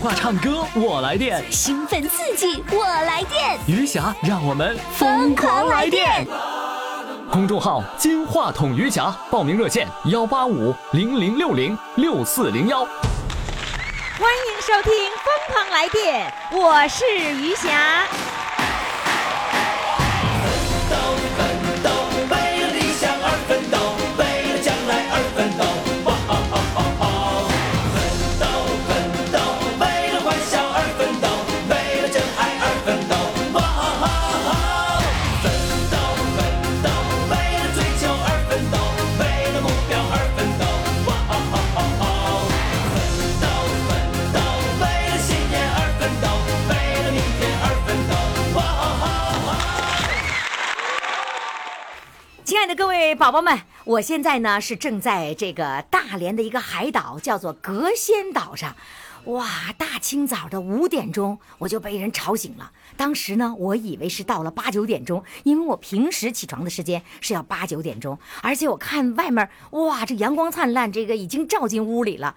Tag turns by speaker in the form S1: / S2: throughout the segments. S1: 话唱歌我来电，
S2: 兴奋刺激，我来电，
S1: 余霞让我们
S2: 疯狂来电！
S1: 公众号“金话筒余霞”，报名热线：幺八五零零六零六四零幺。
S3: 欢迎收听《疯狂来电》，我是余霞。亲爱的各位宝宝们，我现在呢是正在这个大连的一个海岛，叫做隔仙岛上。哇，大清早的五点钟我就被人吵醒了。当时呢，我以为是到了八九点钟，因为我平时起床的时间是要八九点钟，而且我看外面，哇，这阳光灿烂，这个已经照进屋里了，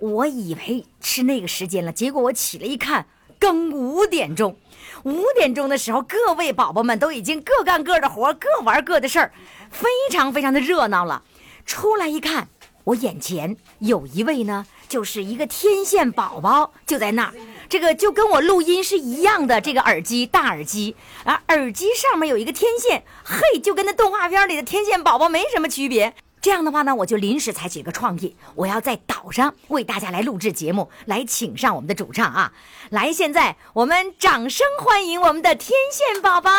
S3: 我以为是那个时间了。结果我起来一看，刚五点钟。五点钟的时候，各位宝宝们都已经各干各的活儿，各玩各的事儿，非常非常的热闹了。出来一看，我眼前有一位呢，就是一个天线宝宝，就在那儿。这个就跟我录音是一样的，这个耳机大耳机，啊，耳机上面有一个天线，嘿，就跟那动画片里的天线宝宝没什么区别。这样的话呢，我就临时采取一个创意，我要在岛上为大家来录制节目，来请上我们的主唱啊！来，现在我们掌声欢迎我们的天线宝宝！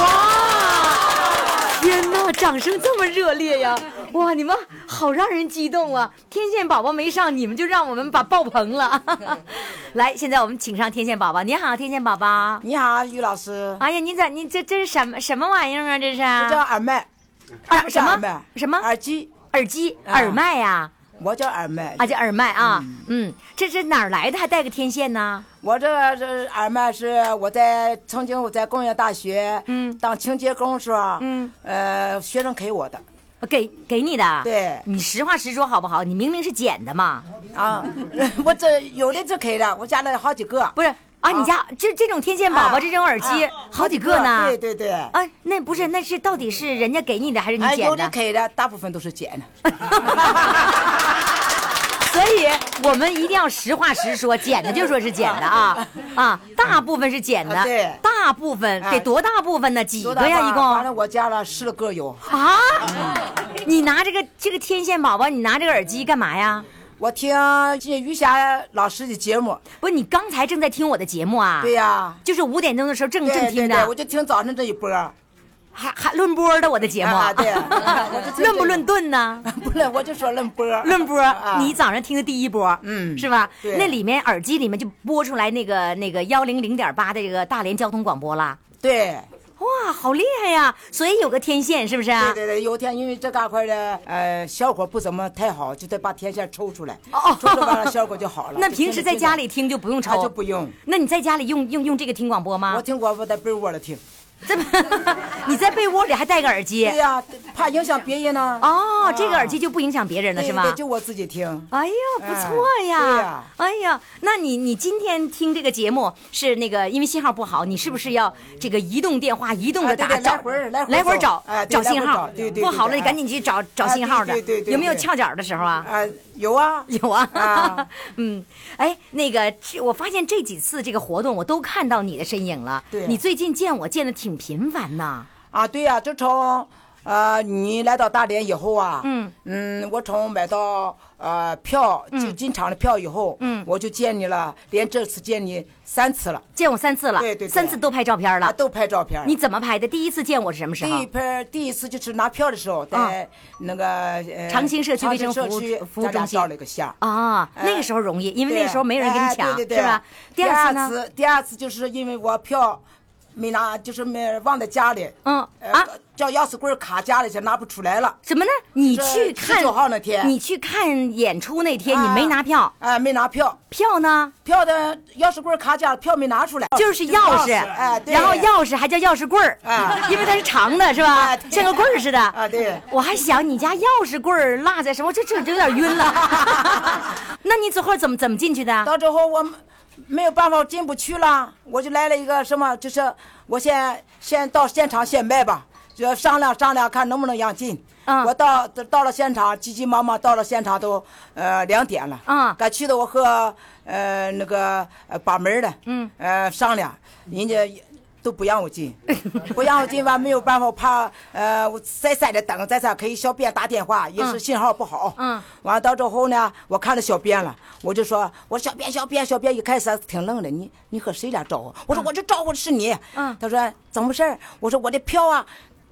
S3: 哇，天哪，掌声这么热烈呀！哇，你们好让人激动啊！天线宝宝没上，你们就让我们把爆棚了。来，现在我们请上天线宝宝。你好，天线宝宝。
S4: 你好，于老师，
S3: 哎呀，你咋你这这是什么什么玩意儿啊？这是
S4: 我叫耳麦，
S3: 耳
S4: 不是
S3: 什么
S4: 耳麦
S3: 什么
S4: 耳机，
S3: 耳机、
S4: 啊
S3: 耳麦呀、
S4: 我叫耳麦
S3: 啊，，这耳麦啊，嗯，这是哪儿来的？还带个天线呢？
S4: 我这这耳麦是我在曾经我在工业大学，嗯，当清洁工是吧？嗯，呃，学生给我的
S3: 给给你的，
S4: 对
S3: 你实话实说好不好？你明明是捡的嘛，
S4: 啊， 我这有的就给了，我家里好几个，
S3: 嗯不是啊？你家这这种天线宝宝
S4: 啊
S3: 这种耳机
S4: 啊
S3: 好几个呢？
S4: 对对对，
S3: 啊，那不是，那是到底是人家给你的还是你
S4: 哎，
S3: 捡
S4: 有
S3: 的
S4: 的？给的，大部分都是捡的。
S3: 所以我们一定要实话实说，捡的就说是捡的 啊啊，大部分是捡的
S4: 啊，对
S3: 大部分
S4: 啊
S3: 得多大部分呢？几个呀？一
S4: 完了
S3: 共
S4: 我家了十来个有，
S3: 啊？你拿这个这个天线宝宝，你拿这个耳机干嘛呀？
S4: 我听这余霞老师的节目，
S3: 不是你刚才正在听我的节目啊？
S4: 对呀、
S3: 就是五点钟的时候正
S4: 对
S3: 正听
S4: 对对，
S3: 的
S4: 我，就听早上这一波。
S3: 还还论波的我的节目
S4: 啊对 我就听这个
S3: 论不论顿 呢？
S4: 不是，我就说论波儿，
S3: 论波
S4: 啊，
S3: 你早上听的第一波，
S4: 嗯
S3: 是吧？
S4: 对
S3: 那里面耳机里面就播出来那个那个幺零零点八的这个大连交通广播啦。
S4: 对
S3: 啊哇，好厉害呀！所以有个天线是不是啊
S4: 对？对对，有一天因为这嘎块的呃效果不怎么太好，就得把天线抽出来，
S3: 哦
S4: 抽出来完了效果 就好了。
S3: 那
S4: 就
S3: 平时在家里
S4: 听
S3: 听就不用
S4: 着听着
S3: 抽，啊
S4: 啊就不。用，
S3: 那你在家里用用用这个听广播
S4: 我
S3: 吗？
S4: 听广播在被窝里听。
S3: 这不，你在被窝里还戴个耳机
S4: 对？呀，怕影响别人呢。
S3: 哦
S4: 啊，
S3: 这个耳机就不影响别人了
S4: 对
S3: 是吗
S4: 对，？就我自己听。
S3: 哎呀，不错
S4: 哎对
S3: 呀
S4: 呀！
S3: 哎呀，那你你今天听这个节目是那个，因为信号不好，你是不是要这个移动电话移动的
S4: 啊对
S3: 打
S4: 对
S3: 找
S4: 来回儿来回儿
S3: 来回儿找
S4: 找哎对
S3: 找
S4: 来回
S3: 信
S4: 儿
S3: 号
S4: 找对对对
S3: 不好了，
S4: 对
S3: 你赶紧去找找信号的
S4: 啊对对对，对
S3: 有没有
S4: 对
S3: 翘脚的时候啊？
S4: 啊，有啊，
S3: 有啊，
S4: 啊
S3: 嗯，哎，那个，这我发现这几次这个活动，我都看到你的身影了。
S4: 对
S3: 你最近见我见的挺频繁呐。
S4: 啊，对呀、就从呃你来到大连以后啊，
S3: 嗯
S4: 我从买到呃票进进场的票以后，
S3: 嗯
S4: 我就见你了，连这次见你三次了，
S3: 见我三次了，
S4: 对对对
S3: 三次都拍照片
S4: 啊，
S3: 了。
S4: 都拍照片儿。
S3: 你怎么拍的？第一次见我是什么时
S4: 第一
S3: 候？
S4: 拍第一次就是拿票的时候，在那个、呃
S3: 长青社区卫生
S4: 长青社
S3: 服务
S4: 区
S3: 服务
S4: 咱俩
S3: 中心
S4: 照了一个相。
S3: 啊，
S4: 哎
S3: 那个时候容易，因为
S4: 对
S3: 那个时候没人跟你
S4: 哎
S3: 抢，
S4: 对对对
S3: 是吧？
S4: 第
S3: 第二次呢？
S4: 次，第二次就是因为我票没拿，就是没忘在家里。
S3: 嗯
S4: 呃
S3: 啊，
S4: 叫钥匙棍儿卡家里去，拿不出来了。
S3: 什么呢？你去
S4: 是
S3: 看
S4: 19号那天
S3: 你去看演出那天，你
S4: 啊
S3: 没拿票，
S4: 哎，没拿票，
S3: 票呢
S4: 票的钥匙棍儿卡家，票没拿出来，
S3: 就是钥匙，
S4: 哎，对，
S3: 然后钥匙还叫钥匙棍儿，
S4: 啊
S3: 因为它是长的，是吧
S4: 啊？对
S3: 像个棍儿似的。
S4: 啊对
S3: 我还想你家钥匙棍儿落在什么，这这这有点晕了。 那你最后怎么怎么进去的？
S4: 到最后我没有办法进不去了，我就来了一个什么，就是我先先到现场先卖吧，就商量商量看能不能让进。
S3: 嗯
S4: 我到到了现场，急急忙忙到了现场都呃两点了。
S3: 嗯
S4: 赶去的我和呃那个呃把门的，嗯，呃商量，人家。都不让我 进，不让我进吧，没有办法，我怕呃，我再在这等，再在给小编打电话，也是信号不好。
S3: 嗯
S4: 完了到最后呢，我看着小编了，我就说，我说小编，小编，小编，一开始还挺愣的，你你和谁俩招呼？我说我就招呼的是你。
S3: 嗯
S4: 他说怎么回事儿？我说我的票啊。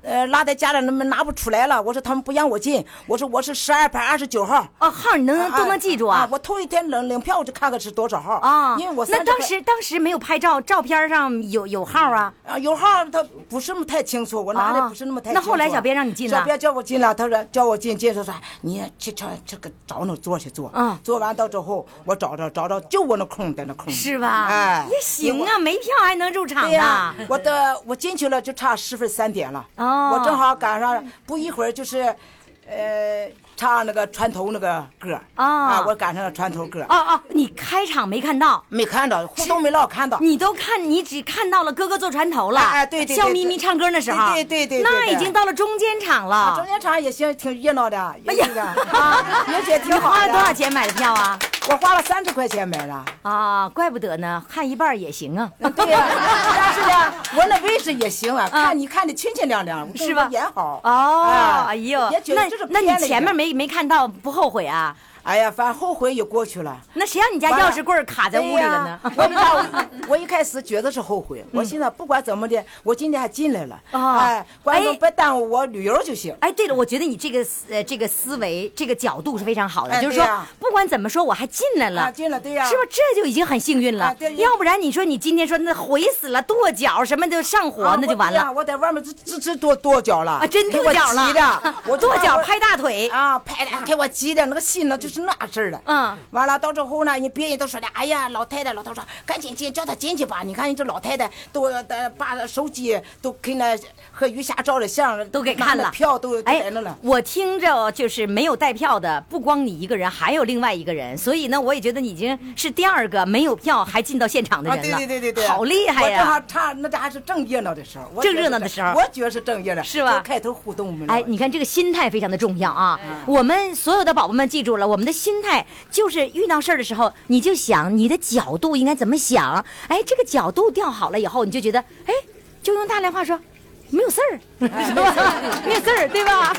S4: 呃，落在家里，那么拿不出来了。我说他们不让我进，我说我是十二排二十九号，
S3: 哦，号你能
S4: 啊
S3: 都能记住啊？
S4: 我头一天领领票，我就看看是多少号
S3: 啊，
S4: 因为我
S3: 那
S4: 三
S3: 当时当时没有拍照，照片上有有号啊。
S4: 啊，有号他不是那么太清楚，我拿的不是那么太清楚。
S3: 啊那后来小编让你进了
S4: 小编叫我进了，他说叫我进，进说说你去找这个找那坐去坐。
S3: 嗯
S4: 坐完到之后，我找着找着就我那空在那空。
S3: 是吧？
S4: 哎，
S3: 也行
S4: 因为
S3: 啊，没票还能入
S4: 我。
S3: 场
S4: 对
S3: 呢。
S4: 呀、我的我进去了就差十分三点了。
S3: 哦
S4: 我正好赶上，不一会儿就是，呃，唱那个船头那个歌。
S3: 哦
S4: 啊，我赶上了船头歌，
S3: 哦哦，你开场没看到，
S4: 没看到，互动没落看到。
S3: 你都看，你只看到了哥哥坐船头了，
S4: 哎哎对对对
S3: 笑眯眯唱歌那时候，
S4: 对对对对对
S3: 那已经到了中间场
S4: 啊中
S3: 了。
S4: 间场也行，挺热闹的，也是的，
S3: 啊
S4: 啊，也觉得
S3: 你
S4: 挺好
S3: 花
S4: 的。
S3: 了多少钱买的票啊？
S4: 我花了三十块钱买的。
S3: 啊，怪不得呢，看一半儿也行啊。
S4: 对呀、但是啊呢，我那位置也行啊，看你看的清清亮亮，
S3: 嗯是吧
S4: 跟人演好。啊
S3: 哦，哎呦
S4: 也，觉
S3: 那
S4: 得这是
S3: 那
S4: 偏了
S3: 你
S4: 一
S3: 前面
S4: 点
S3: 没没看到，不后悔啊？
S4: 哎呀，反正后悔也过去了。
S3: 那谁让你家钥匙棍儿卡在屋里了呢？
S4: 对呀 我不知道，我一开始觉得是后悔，我寻思不管怎么的，我今天还进来了，
S3: 哦
S4: 哎，观众
S3: 哎
S4: 别耽误我旅游就行。
S3: 哎，对了，我觉得你这个思呃这个思维这个角度是非常好的，
S4: 哎
S3: 就是
S4: 对
S3: 说
S4: 呀
S3: 不管怎么说我还进来了，
S4: 啊进了对呀
S3: 是不是这就已经很幸运了？
S4: 啊对
S3: 要不然你说你今天说那毁死了跺脚什么的上火、
S4: 啊
S3: 哦那就完
S4: 我对呀
S3: 了
S4: 我在外面直直直跺跺脚了
S3: 啊，真
S4: 给
S3: 跺
S4: 我
S3: 脚
S4: 急的
S3: 了，，
S4: 我
S3: 跺脚
S4: 我
S3: 拍大腿。
S4: 啊，拍的给我急的那个心呢，就是那事儿了。
S3: 嗯，
S4: 完了到最后呢，人别人都说的，哎呀，老太太，老头说赶紧进，叫她进去吧。你看人这老太太都呃把手机都给那和余霞照的相
S3: 都给看
S4: 拿
S3: 了，
S4: 那票都
S3: 哎
S4: 在那了。
S3: 我听着就是没有带票的，不光你一个人，还有另外一个人，所以呢，我也觉得你已经是第二个没有票还进到现场的
S4: 啊，
S3: 人
S4: 对
S3: 了，
S4: 对对对对，
S3: 好厉害
S4: 我正好
S3: 呀！
S4: 差那还是正热闹的时候，我
S3: 正
S4: 觉得
S3: 热闹的
S4: 是
S3: 时候
S4: 我觉得是正热闹，
S3: 是吧
S4: 就开头互动没了
S3: 哎，你看这个心态非常的重要啊！我们所有的宝宝们记住了，我们的心态就是遇到事儿的时候，你就想你的角度应该怎么想。哎，这个角度调好了以后，你就觉得，哎，就用大连话说，没有事儿，是吧？ 没有事儿，对吧？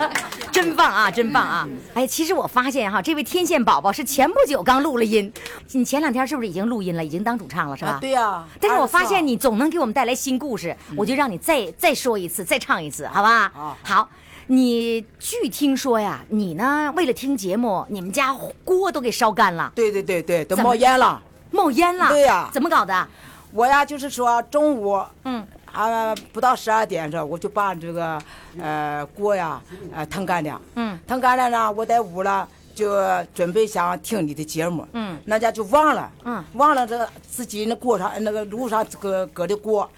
S3: 真棒啊，真棒啊！哎，其实我发现哈，这位天线宝宝是前不久刚录了音，你前两天是不是已经录音了，已经当主唱了，是吧？
S4: 啊对呀
S3: 但是我发
S4: 24号嗯
S3: 现你总能给我们带来新故事，我就让你再再说一次，再唱一次，好吧？
S4: 好
S3: 好，你据听说呀，你呢为了听节目，你们家锅都给烧干了，
S4: 对对对对，都
S3: 怎么
S4: 冒烟了。
S3: 冒烟了。
S4: 对呀
S3: 怎么搞的？
S4: 我呀，就是说中午，
S3: 嗯，
S4: 啊，不到十二点这，我就把这个呃锅呀，呃腾干了，
S3: 嗯，
S4: 腾干了呢，我在屋了。就准备想听你的节目，
S3: 嗯
S4: 那家就忘了，
S3: 嗯
S4: 忘了这自己那锅上那个炉上搁搁的锅，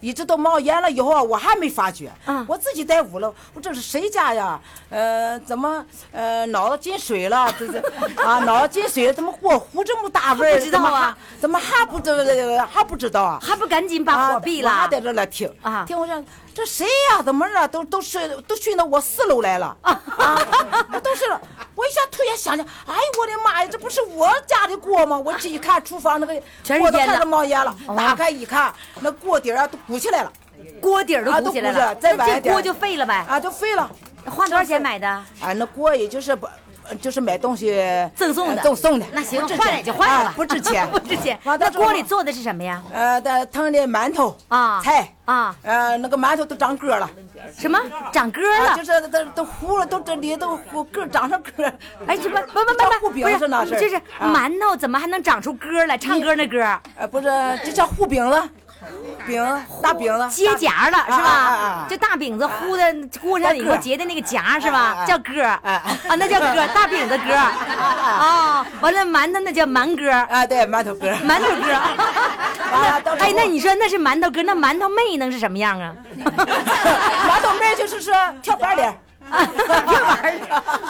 S4: 一直都冒烟了以后啊，我还没发觉，
S3: 嗯
S4: 我自己在屋了，我这是谁家呀？呃，怎么呃脑子进水了？这这啊，脑子进水了，怎么锅糊这么大味 儿？
S3: 不知道啊
S4: 怎么还？怎么还不知还不知道 啊？
S3: 还不赶紧把火闭了？
S4: 啊我还在这儿来听
S3: 啊
S4: 听我讲这谁呀、怎么了？都都是都训到我四楼来了啊！都是了，我一下突然想起，哎呦我的妈呀，这不是我家的锅吗？我这一看厨房那个
S3: 全是
S4: 锅都
S3: 烟
S4: 开始
S3: 了
S4: 冒烟了，
S3: 哦
S4: 打开一看，那锅底儿啊都鼓起来了
S3: 锅底儿都
S4: 啊
S3: 鼓
S4: 都
S3: 起来
S4: 鼓起
S3: 了
S4: 来，再
S3: 那
S4: 晚一
S3: 这
S4: 点
S3: 锅就废了呗。
S4: 啊，都废了。
S3: 哎花多少钱买的？
S4: 啊，那锅也就是不，呃就是买东西
S3: 赠送的，
S4: 呃赠送的。
S3: 那行，
S4: 不值
S3: 换
S4: 钱
S3: 了也就换了吧
S4: 啊，不值钱，
S3: 不值钱。
S4: 完
S3: 那
S4: 到时候
S3: 锅里做的是什么呀？
S4: 呃，的腾的馒头
S3: 啊
S4: 菜
S3: 啊嗯
S4: 呃，那个馒头都长个儿了，
S3: 什么长疙
S4: 啊
S3: 了
S4: 就？是都都糊了，都这里都糊个儿长成个儿。
S3: 哎，这不不不不
S4: 叫
S3: 不，
S4: 糊饼
S3: 是
S4: 那是，
S3: 就是
S4: 啊
S3: 馒头怎么还能长出歌来？唱歌那歌，
S4: 呃不是，就叫糊饼子，饼大饼了，
S3: 结夹了是
S4: 啊啊
S3: 吧
S4: 啊？
S3: 这大饼子糊的锅上以后结的那个夹是吧？
S4: 啊
S3: 叫疙儿
S4: 啊
S3: 啊，那叫疙儿，大饼子疙儿啊。完了，馒头那叫馒疙儿，
S4: 啊，对，馒头疙儿，
S3: 馒头 疙儿。
S4: 啊到时候
S3: 哎，那你说那是馒头疙儿，那馒头妹能是什么样啊？
S4: 馒头 妹就是说跳板脸儿，
S3: 啊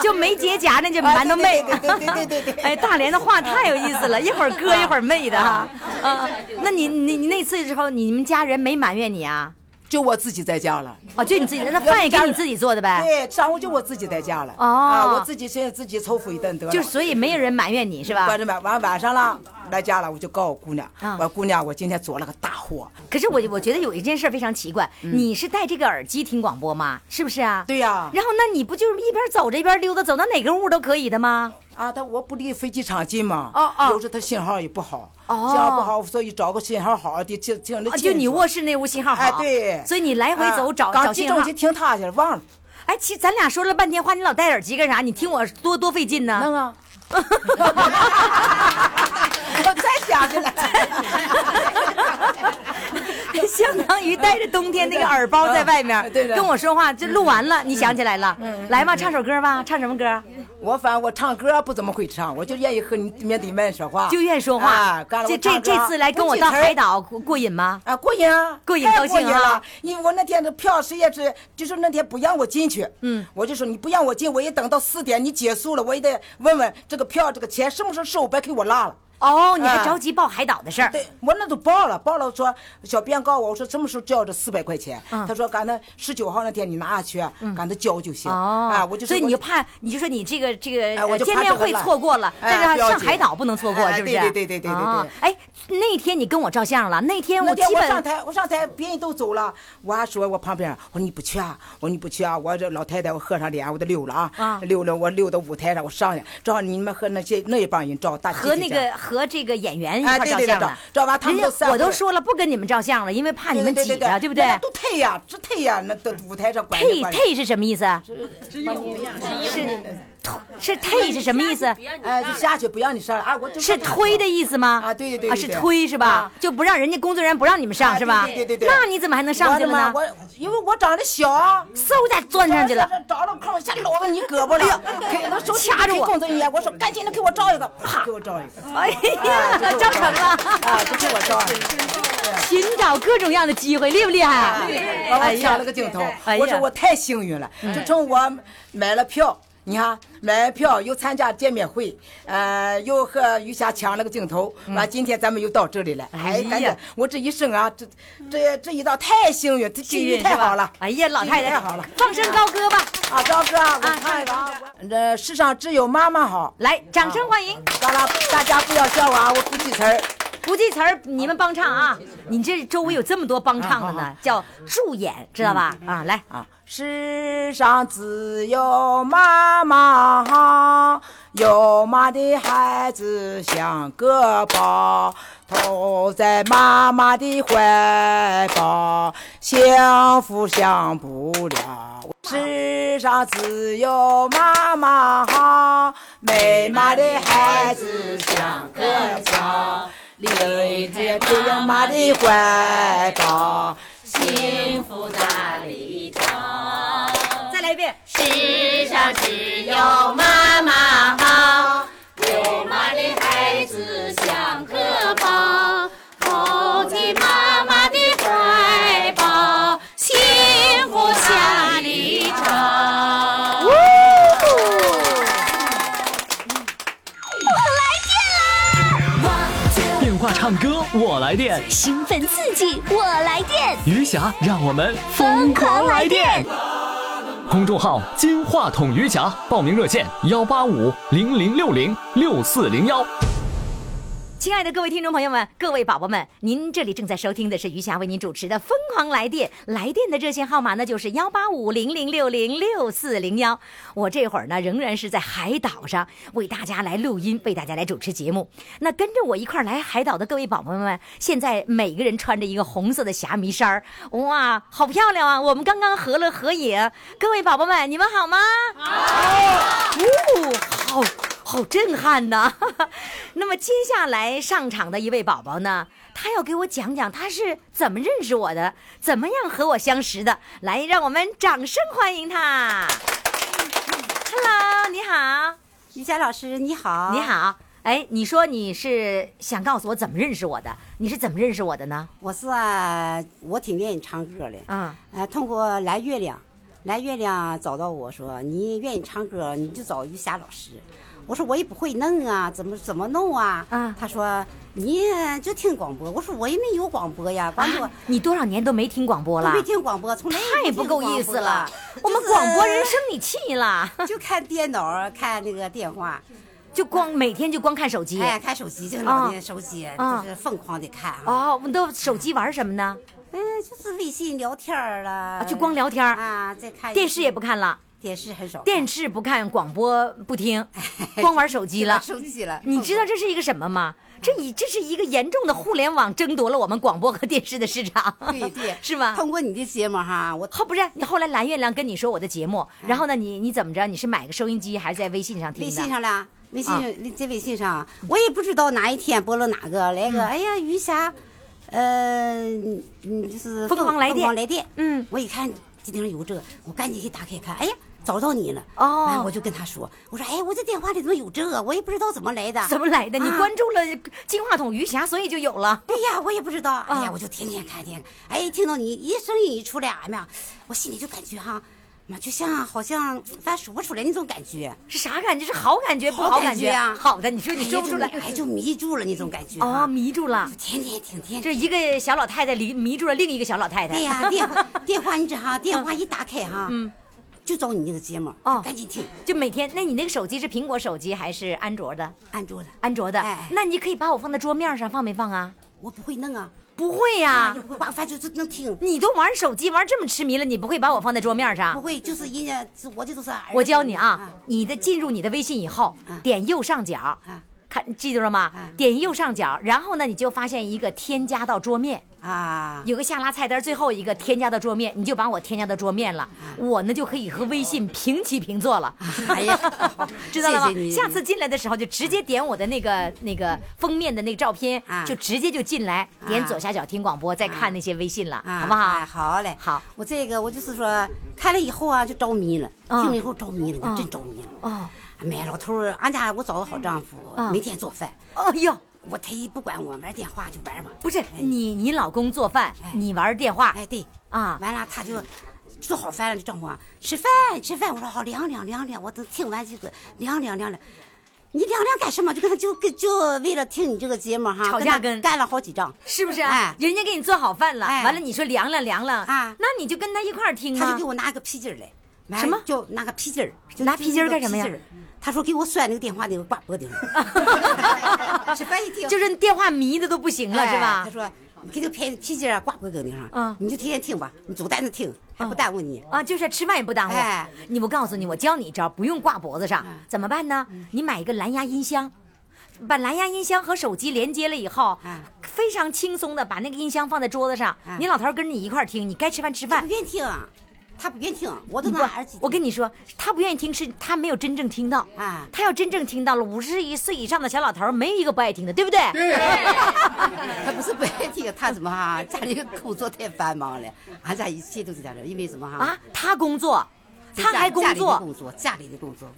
S3: 就没结夹那叫馒头妹。
S4: 啊对对对对对对 对啊
S3: 哎，大连的话太有意思了，一会儿哥一会儿妹的哈。啊，那你你你那次之后，你们家人没埋怨你啊？
S4: 就我自己在家了。
S3: 哦，就你自己，那饭也给你自己做的呗？
S4: 对，上午就我自己在家了。
S3: 哎哦
S4: 啊，我自己现在自己凑合一顿得了。
S3: 就是所以没有人埋怨你是吧
S4: 关？着晚晚晚上了，来家了，我就告我姑娘，
S3: 啊
S4: 我姑娘，我今天做了个大祸。
S3: 可是我我觉得有一件事非常奇怪，你是戴这个耳机听广播吗？是不是啊？
S4: 嗯对呀、
S3: 然后那你不就是一边走着一边溜达，走到哪个屋都可以的吗？
S4: 啊，他我不离飞机场近嘛，
S3: 哦哦
S4: 有时他信号也不好，
S3: 哦
S4: 信号不好，所以找个信号好的听听着
S3: 啊，
S4: 进去。
S3: 就你卧室那屋信号好，
S4: 哎对，
S3: 所以你来回走找
S4: 啊
S3: 找
S4: 刚集
S3: 信
S4: 中
S3: 号
S4: 去。听他去了，忘了。
S3: 哎，其实咱俩说了半天话，你老戴耳机干啥？你听我多多费劲呢。
S4: 那啊， 我再想起来，
S3: 相当于带着冬天那个耳包在外面，
S4: 嗯 对的嗯
S3: 跟我说话，就录完了，你想起来了，来吧，唱首歌吧，唱什么
S4: 啊
S3: 歌？
S4: 我反正我唱歌不怎么会唱，我就愿意和你面对面说话，
S3: 就愿意说话
S4: 啊，干。了
S3: 这
S4: 我
S3: 这
S4: 唱歌
S3: 这次来跟我到
S4: 不记词儿
S3: 海岛过过瘾吗？
S4: 啊，过瘾啊，
S3: 过瘾
S4: 太
S3: 高兴
S4: 过瘾
S3: 啊
S4: 了！因为我那天的票谁也是，就是那天不让我进去，嗯，我就说你不让我进，我也等到四点你结束了，我也得问问这个票这个钱什么时候收，别给我落了。
S3: 哦，你还
S4: 啊
S3: 着急报海岛的事儿？
S4: 对，我那都报了，报了。我说小编告我，我说什么时候交这四百块钱？
S3: 嗯
S4: 他说赶到十九号那天你拿下去，赶到交就行。
S3: 哦，
S4: 啊，我就说
S3: 所以你就
S4: 我
S3: 怕，你就说你这个这个
S4: 哎我
S3: 呃
S4: 就
S3: 见
S4: 怕
S3: 面
S4: 这个
S3: 会
S4: 烂
S3: 错过了，
S4: 哎
S3: 但是
S4: 不要
S3: 上
S4: 紧
S3: 海岛不能错过，
S4: 哎
S3: 是不是？
S4: 对对对对对对
S3: 哦
S4: 对
S3: 哎，那天你跟我照相了，那天
S4: 那
S3: 我
S4: 天
S3: 基
S4: 我上
S3: 本
S4: 台，我上台，别人都走了，我还说我旁边，我说你不去啊，我说你不去啊，我这老太太我喝上脸，我都溜了啊，
S3: 啊
S4: 溜了，我溜到舞台上，我上去，正好你们和那些那一帮人照大集体
S3: 和那
S4: 照
S3: 个和这个演员一块
S4: 哎
S3: 儿
S4: 对
S3: 照
S4: 对对
S3: 相
S4: 照
S3: 了，
S4: 照完他们
S3: 人
S4: 都
S3: 家
S4: 散
S3: 我都
S4: 会
S3: 说了不跟你们照相了，因为怕你们挤着，对不对？
S4: 那都退呀，这退呀，那都舞台上管着
S3: 退
S4: 管着
S3: 退是什么意思？是是退是什么意思？
S4: 哎，就下去不让你上来啊，我就是
S3: 推的意思吗？
S4: 啊对对对
S3: 啊
S4: 对
S3: 是
S4: 对
S3: 推是吧
S4: 啊？
S3: 就不让人家工作人员不让你们上
S4: 啊
S3: 是吧？
S4: 对对对对对
S3: 那你怎么还能上去了呢？
S4: 我的妈我因为我长得小啊。
S3: 嗖一下钻上去了，，哎
S4: 找着空先搂到你胳膊了，给他手
S3: 掐着我
S4: 工作人员，我说赶紧的给我照一个，啪，给我照一个，
S3: 哎 呀，
S4: 啊
S3: 照成了，
S4: 啊，就给我照一个，
S3: 寻找各种样的机会，厉不厉
S4: 啊
S3: 害？
S4: 完
S3: 哎
S4: 我
S3: 呀
S4: 抢了个镜头
S3: 哎，呀嗯
S4: 我说我太幸运了，就从我买了票。你看，买了票又参加见面会，呃，又和余霞抢了个镜头，完、今天咱们又到这里来，
S3: 嗯哎
S4: 哎，
S3: 呀
S4: 感觉我这一生啊，这这这一道太幸运，这机遇太好了。
S3: 哎呀，老太太
S4: 机遇太好了，
S3: 放声高歌吧，
S4: 啊，赵哥，我看一个啊，这世上只有妈妈好。
S3: 来，掌声欢迎！
S4: 当然，大家不要笑我啊，我不记词儿。
S3: 不记词儿，你们帮唱
S4: 嗯
S3: 啊！你这周围有这么多帮唱的
S4: 啊好
S3: 呢，叫助演，知道吧？啊，来，
S4: 啊，世上只有妈妈好，有妈的孩子像个宝，投在妈妈的怀抱，幸福享不了。世上只有妈妈好，没妈的孩子像个草，离在妈妈的怀抱。
S3: 再来一遍。
S1: 电话唱歌我来电，
S2: 兴奋刺激，我来电！
S1: 余霞让我们
S2: 疯狂来电！
S1: 公众号“金话筒余霞”，报名热线：幺八五零零六零六四零幺。
S3: 亲爱的各位听众朋友们，各位宝宝们，您这里正在收听的是余霞为您主持的《疯狂来电》，来电的热线号码呢就是幺八五零零六零六四零幺。我这会儿呢仍然是在海岛上为大家来录音，为大家来主持节目。那跟着我一块儿来海岛的各位宝宝们，现在每个人穿着一个红色的霞迷衫儿，哇，好漂亮啊！我们刚刚合了合影，各位宝宝们，你们好吗？好，哦，好好好震撼呐！ 那么接下来上场的一位宝宝呢，他要给我讲讲他是怎么认识我的，怎么样和我相识的。来，让我们掌声欢迎他。Hello，你好，
S5: 瑜伽老师你好，
S3: 你，好。哎，你说你是想告诉我怎么认识我的？你是怎么认识我的呢？
S5: 我是啊，我挺愿意唱歌的，
S3: 啊、
S5: 呃，通过来月亮，来月亮找到我说你愿意唱歌，你就找瑜伽老师。我说我也不会弄啊，怎么怎么弄啊？
S3: 啊
S5: 他说你就听广播。我说我也没有广播呀，完了
S3: 啊，你多少年都没听广播
S5: 我
S3: 了
S5: 没？听广播，从来
S3: 太
S5: 也不
S3: 不
S5: 听
S3: 够
S5: 广
S3: 意
S5: 播
S3: 思了，
S5: 就是
S3: 我们广播人生你气了，
S5: 就看电脑，看那个电话，
S3: 就光每天就光看手机。
S5: 哎，看手机就老年手机，就是疯狂的看啊。
S3: 嗯哦，我们都手机玩什么呢？
S5: 嗯，就是微信聊天儿啦，
S3: 啊就光聊天儿
S5: 啊，再看一
S3: 电视也不，看了，
S5: 电视很少看，
S3: 电视不看，广播不听，
S5: 哎
S3: 光玩手机了。
S5: 手机了。
S3: 你知道这是一个什么吗？这一这是一个严重的互联网争夺了我们广播和电视的市场，
S5: 对对
S3: 是吗？
S5: 通过你的节目哈，我
S3: 后不是你后来蓝月亮跟你说我的节目，然后呢你你怎么着？你是买个收音机还是在微信上听的？
S5: 哎微信上啦，微信
S3: 啊
S5: 上在微信上，我也不知道哪一天播了哪个来
S3: 嗯
S5: 个，哎呀，余霞，呃，嗯，就是
S3: 疯狂来电
S5: 疯狂来电，
S3: 嗯，
S5: 我一看今天有这个，我赶紧给打开看，哎呀。找到你了
S3: 哦
S5: 完我就跟他说，我说哎，我这电话里怎么有这个？我也不知道怎么来的，
S3: 怎么来的？你
S5: 啊
S3: 关注了金话筒余霞，所以就有了。
S5: 对呀，我也不知
S3: 啊
S5: 道。哎呀，我就天天看，天天看。哎，听到你一声音一出来，哎呀，我心里就感觉哈，妈就像好像咱说不出来那种感觉，
S3: 是啥感觉？是好感觉，不
S5: 好
S3: 感
S5: 感觉啊
S3: 好的，你说你说不出来
S5: 哎呀，就哎，就迷住了那种感觉
S3: 哦，
S5: 啊，
S3: 迷住了。
S5: 天天听，天
S3: 这
S5: 天。
S3: 一个小老太太迷迷住了另一个小老太太。
S5: 对呀，电话电话你这哈，电话一打开哈，嗯，就找你那个节目，
S3: 嗯哦
S5: 赶紧听，
S3: 就每天，那你那个手机是苹果手机还是安卓的？
S5: 按住了。
S3: 安卓的，
S5: 哎
S3: 那你可以把我放在桌面上，放没放啊？
S5: 我不会弄啊，
S3: 不会呀、
S5: 我会把反正就是能听，
S3: 你都玩手机玩这么痴迷了，你不会把我放在桌面
S5: 不
S3: 上？
S5: 会嗯就是人家我这就是儿子。
S3: 啊我教你啊，你的进入你的微信以后，
S5: 啊
S3: 点右上角，
S5: 啊
S3: 看记住了吗？
S5: 啊
S3: 点右上角，然后呢，你就发现一个添加到桌面。
S5: 啊，
S3: 有个下拉菜单最后一个添加到桌面，你就把我添加到桌面了，我呢就可以和微信平起平坐了。，
S5: 嗯哎呀
S3: 知道了吗？
S5: 谢谢你
S3: 下次进来的时候就直接点我的那个那个封面的那个照片，
S5: 啊
S3: 就直接就进来，点左下角听广播，再看那些微信了，
S5: 啊，
S3: 好不好？
S5: 哎好嘞，
S3: 好。
S5: 我这个我就是说，看了以后啊，就着迷了，
S3: 嗯
S5: 听了以后着迷了，
S3: 嗯
S5: 我真着迷了。
S3: 哦，
S5: 哎呀，老头儿，俺家我找个好丈夫
S3: 嗯，
S5: 每天做饭，
S3: 哎呦，
S5: 我他一不管我，玩电话就玩吧。
S3: 不是
S5: 哎
S3: 你你老公做饭，
S5: 哎
S3: 你玩电话，
S5: 哎对
S3: 啊
S5: 完了他就做好饭了就丈夫啊，吃饭吃饭，我说好凉凉凉凉，我都听完这个凉凉凉凉。你凉凉干什么？就跟他就跟就为了听你这个节目哈，
S3: 吵架
S5: 他
S3: 跟
S5: 干了好几仗，
S3: 是不是？啊
S5: 哎，
S3: 人家给你做好饭了，
S5: 哎
S3: 完了你说凉了凉了，
S5: 啊
S3: 那你就跟他一块儿听
S5: 他就
S3: 啊
S5: 给。我拿个皮筋儿来，完
S3: 什么
S5: 就拿个皮筋儿，就
S3: 拿皮筋儿干什么呀？
S5: 就那个皮筋儿他说给我拴那个电话那个挂脖顶上， 吃饭一听
S3: 就是电话迷的都不行了，
S5: 哎
S3: 是吧
S5: 他？说你给这个皮皮筋儿啊挂脖顶上，
S3: 嗯
S5: 你就天天听吧，你总带着听，还不耽误你。
S3: 啊，就是吃饭也不耽误。
S5: 哎
S3: 你我告诉你，我教你一招，不用挂脖子上，怎么办呢？你买一个蓝牙音箱，把蓝牙音箱和手机连接了以后，
S5: 啊
S3: 非常轻松的把那个音箱放在桌子上，
S5: 啊
S3: 你老头儿跟你一块儿听，你该吃饭吃
S5: 他
S3: 饭
S5: 不。愿意听，他不愿意听，我都
S3: 不
S5: 拿耳机听。
S3: 我跟你说，他不愿意听，是他没有真正听到
S5: 啊
S3: 他要真正听到了，五十一岁以上的小老头儿没一个不爱听的，对不对？
S5: 他不是不愿意听，他怎么哈？家里工作太繁忙了，俺家一切都是这样的，因为什么哈？
S3: 啊，他工作，
S5: 在家，
S3: 他还工
S5: 家里的
S3: 作，
S5: 工作，家里的工作，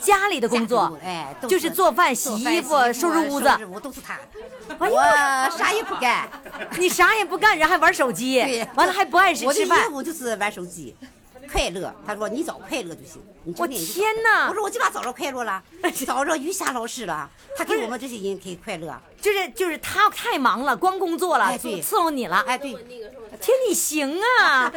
S3: 家里的工作，
S5: 哎，都
S3: 就是做饭、洗
S5: 做饭
S3: 衣服、啊收拾屋子。
S5: 我都是他。
S3: 哎
S5: 我
S3: 呀
S5: 啥也不干，
S3: 你啥也不干，人还玩手机
S5: 对，
S3: 完了还不按时
S5: 我的
S3: 哎吃
S5: 业
S3: 饭。
S5: 务就是玩手机，快乐。他说你找快乐就行。你
S3: 我
S5: 整点就
S3: 天哪哎
S5: 我说我就把找着快乐了，找着瑜伽老师了，他给我们这些人给快乐。
S3: 就是就是他太忙了，光工作了，
S5: 哎
S3: 就
S5: 对
S3: 伺候你了。
S5: 哎，对，
S3: 天，你行 啊！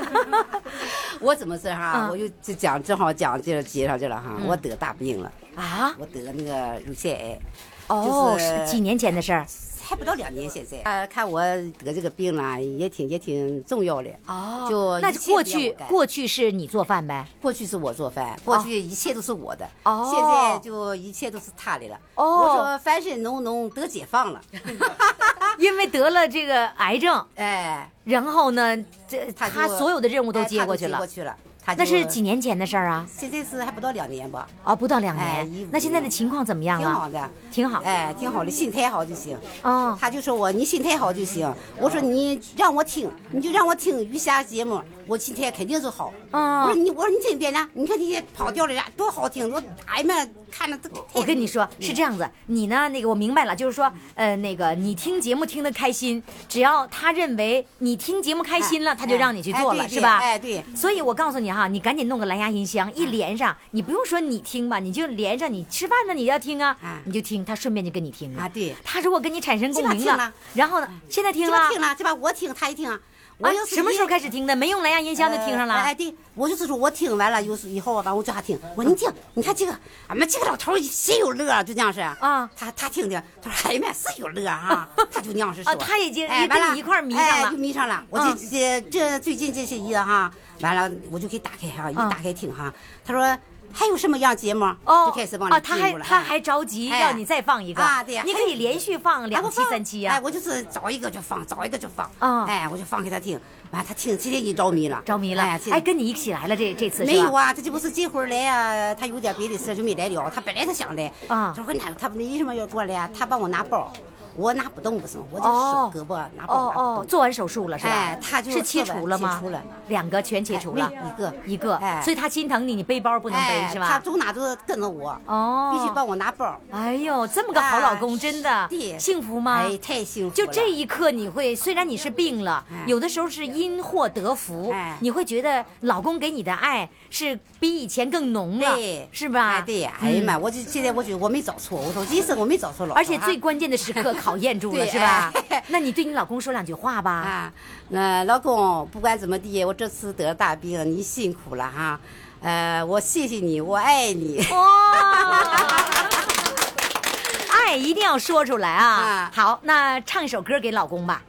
S5: 我怎么事哈
S3: 嗯？
S5: 我就就讲，正好讲这接上去了哈。我得大病了，
S3: 啊，
S5: 我得那个乳腺癌。
S3: 哦，
S5: 就是
S3: 是几年前的事儿。
S5: 还不到两年，现在呃，看我得这个病啦，也挺也挺重要的。
S3: 哦
S5: 就
S3: 那
S5: 一
S3: 就
S5: 切
S3: 过
S5: 都要
S3: 去
S5: 我干
S3: 过去是你做饭呗？
S5: 过去是我做饭，过去一切都是我的，
S3: 哦
S5: 现在就一切都是他的了。
S3: 哦
S5: 我说凡是农农得解 放了，啊
S3: 因为得了这个癌症，
S5: 哎，
S3: 然后呢，这
S5: 他就
S3: 他所有的任务都
S5: 哎
S3: 接过去
S5: 他
S3: 了
S5: 都接过去了。他就
S3: 那是几年前的事儿啊？
S5: 这这次还不到两年吧，
S3: 哦，不到两
S5: 哎
S3: 年
S5: 一。
S3: 那现在的情况怎么样啊
S5: 挺好
S3: 了？
S5: 的，
S3: 挺好嗯
S5: 哎，挺好的，心态好就行。
S3: 哦
S5: 他就说我你心态好就行，我说你让我听，你就让我听余霞节目，我心态肯定是好。
S3: 哦
S5: 我说你我说你听别的，你看这些跑调的人多好听，我哎呀妈，看着都
S3: 我跟你
S5: 嗯
S3: 说是这样子，你呢？那个我明白了，就是说，呃，那个你听节目听得开心，只要他认为你听节目开心了，
S5: 哎
S3: 他就让你去
S5: 哎
S3: 做
S5: 对
S3: 了，
S5: 对
S3: 是吧？
S5: 哎对
S3: 所以我告诉你哈，你赶紧弄个蓝牙音箱，一连上，你不用说你听吧，你就连上，你吃饭呢你要听啊
S5: 啊，
S3: 你就听，他顺便就跟你听了
S5: 啊对
S3: 他如果跟你产生共鸣
S5: 起码听了
S3: 然后呢，现在听
S5: 这
S3: 了
S5: 边，听了，这边我听他也听啊。我
S3: 啊
S5: 要，是
S3: 什么
S5: 一
S3: 时候开始听的？没用蓝牙音箱就听上了。
S5: 呃哎，对，我就是说我听完了，有时以后完我叫他听，我说你听，你看这个，俺们这个老头儿谁有乐啊，就那样式
S3: 啊
S5: 他他听听，他说哎呀妈，是有 乐啊，他就那样式
S3: 啊
S5: 说，
S3: 他已经
S5: 哎
S3: 跟
S5: 完
S3: 你一块儿迷上
S5: 哎
S3: 了
S5: 就迷上了。我
S3: 嗯
S5: 这这这最近这些一哈，完了我就给打开哈，一
S3: 嗯
S5: 打开听哈，他说还有什么样节目，
S3: 哦，
S5: 就开始往
S3: 啊，
S5: 里
S3: 他
S5: 进
S3: 还
S5: 入了
S3: 他
S5: 啊
S3: 还着急
S5: 哎
S3: 要你再放一个
S5: 啊对呀
S3: 你可
S5: 还
S3: 以连续放
S5: 哎
S3: 两
S5: 我
S3: 期
S5: 放
S3: 三期啊
S5: 哎，
S3: 呀，
S5: 我就是找一个就放，找一个就放，
S3: 啊
S5: 哎，我就放给他听，完他听，直接就着迷了，
S3: 着迷了。
S5: 哎，
S3: 哎，跟你一起来了这这次是吧
S5: 没有啊，他这不是这会儿来啊，他有点别的事就没来了。他本来他想来，
S3: 啊
S5: 他说哪有他为什么要过来啊？他帮我拿包，我拿不动不是吗，我就
S3: 哦
S5: 手胳膊
S3: 哦
S5: 拿包拿不
S3: 哦
S5: 动，。
S3: 做完手术了是吧？
S5: 哎他就是
S3: 切除了吗？
S5: 切除了
S3: 两个全切除了，
S5: 哎一个
S3: 一个，
S5: 哎
S3: 所以他心疼你，你背包不能背
S5: 哎，
S3: 是
S5: 他
S3: 吧？
S5: 走哪都跟着我，
S3: 哦
S5: 必须帮我拿包。
S3: 哎呦，这么个好老公，
S5: 哎
S3: 真的
S5: 对
S3: 幸福吗？
S5: 哎，太幸福
S3: 就
S5: 了。
S3: 这一刻，你会虽然你是病了，
S5: 哎
S3: 有的时候是因祸得福，
S5: 哎
S3: 你会觉得老公给你的爱是比以前更浓了
S5: 对，，
S3: 是吧？
S5: 哎，对，哎呀
S3: 嗯
S5: 妈，我就现在我觉得我没找错，我说这次我没找错老婆啊。
S3: 而且最关键的时刻考验住了，
S5: 对
S3: 是吧
S5: 哎？
S3: 那你对你老公说两句话吧。
S5: 啊，那老公，不管怎么地，我这次得大病，你辛苦了哈。呃，我谢谢你，我爱你。
S3: 哇，爱一定要说出来啊
S5: 啊！
S3: 好，那唱一首歌给老公吧。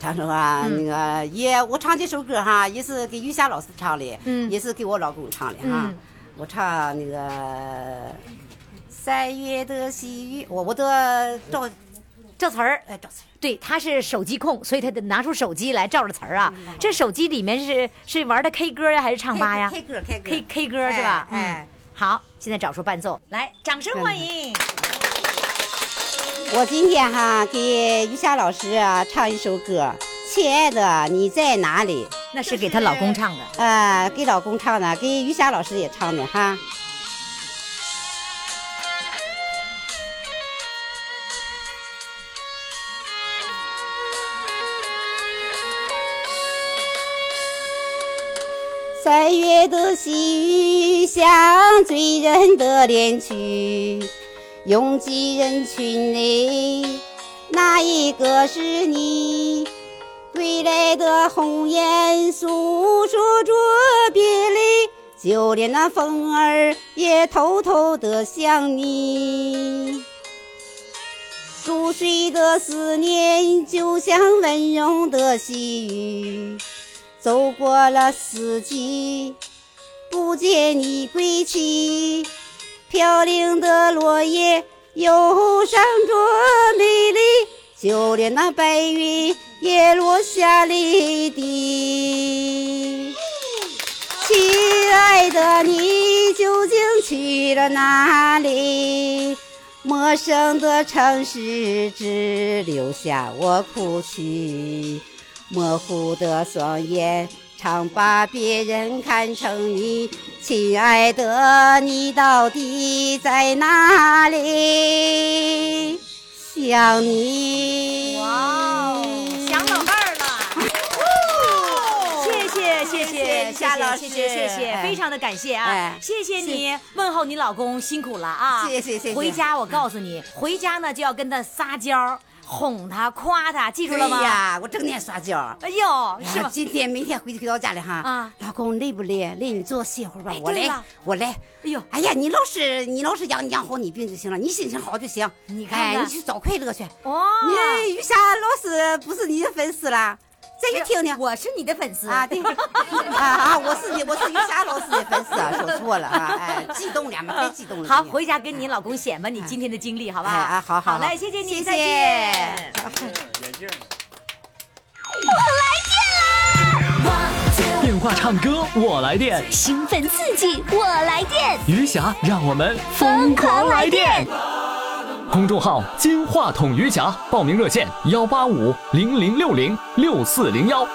S5: 唱首啊，那个也我唱这首歌哈，也是给于霞老师唱的，
S3: 嗯
S5: 也是给我老公唱的哈。
S3: 嗯
S5: 我唱那个三月的细雨，我我得照
S3: 这词儿，
S5: 哎照词儿
S3: 对，他是手机控，所以他得拿出手机来照着词儿啊。这手机里面是是玩的 K 歌呀，还是唱吧呀
S5: 开歌开歌
S3: ？K K 哎歌是吧？
S5: 哎哎
S3: 嗯，好，现在找出伴奏来，掌声欢迎。
S5: 我今天哈给于霞老师啊唱一首歌，《亲爱的你在哪里》。
S3: 那是给她老公唱的。
S5: 呃，给老公唱的，给于霞老师也唱的哈。三月的细雨像醉人的恋曲，拥挤人群里，哪一个是你？归来的红雁诉说着别离，就连那风儿也偷偷的想你。入睡的思念就像温柔的细雨，走过了四季，不见你归期。飘零的落叶忧伤着美丽，就连那白云也落下泪滴。亲爱的，你究竟去了哪里？陌生的城市只留下我哭泣，模糊的双眼常把别人看成你。亲爱的，你到底在哪里？想你。
S3: 哇哦，想老伴儿了。谢谢谢
S5: 谢谢
S3: 谢
S5: 夏老
S3: 谢
S5: 师
S3: 谢谢谢，
S5: 哎
S3: 非常的感谢啊
S5: 哎！
S3: 谢谢你问候你老公辛苦了啊！
S5: 谢谢谢谢
S3: 回家我告诉你，回家呢就要跟他撒娇，哄他夸他，记住了
S5: 对
S3: 吗？
S5: 哎呀，我整天撒娇。
S3: 哎呦，是
S5: 啊
S3: 吧？
S5: 今天每天回回到家里哈，
S3: 啊
S5: 老公累不累？累你坐歇会儿吧
S3: 哎，
S5: 我
S3: 对
S5: 来
S3: 了，
S5: 我来。
S3: 哎呦
S5: 哎呀，你老是你老是养养好你病就行了，你心情好就行。
S3: 你看
S5: 哎
S3: 看啊
S5: 你去找快乐去。
S3: 哇！
S5: 你于霞老师不是你的粉丝啦？再去听听。
S3: 我是你的粉丝
S5: 啊，对， 啊啊，我是你，我是于霞老师的粉 丝啊，说错了啊，哎，激动了嘛，太激动了。
S3: 好，
S5: 你
S3: 回家跟你老公显摆你今天的经历，好不好？
S5: 哎啊好好
S3: 好嘞，
S5: 好
S3: 谢谢你，
S5: 谢
S3: 再
S5: 谢
S3: 见。
S1: 变电话唱歌我来电，
S2: 兴奋刺激，我来电！
S1: 余霞让我们
S2: 疯狂来电！
S1: 公众号“金话筒余霞”，报名热线：幺八五零零六零六四零幺。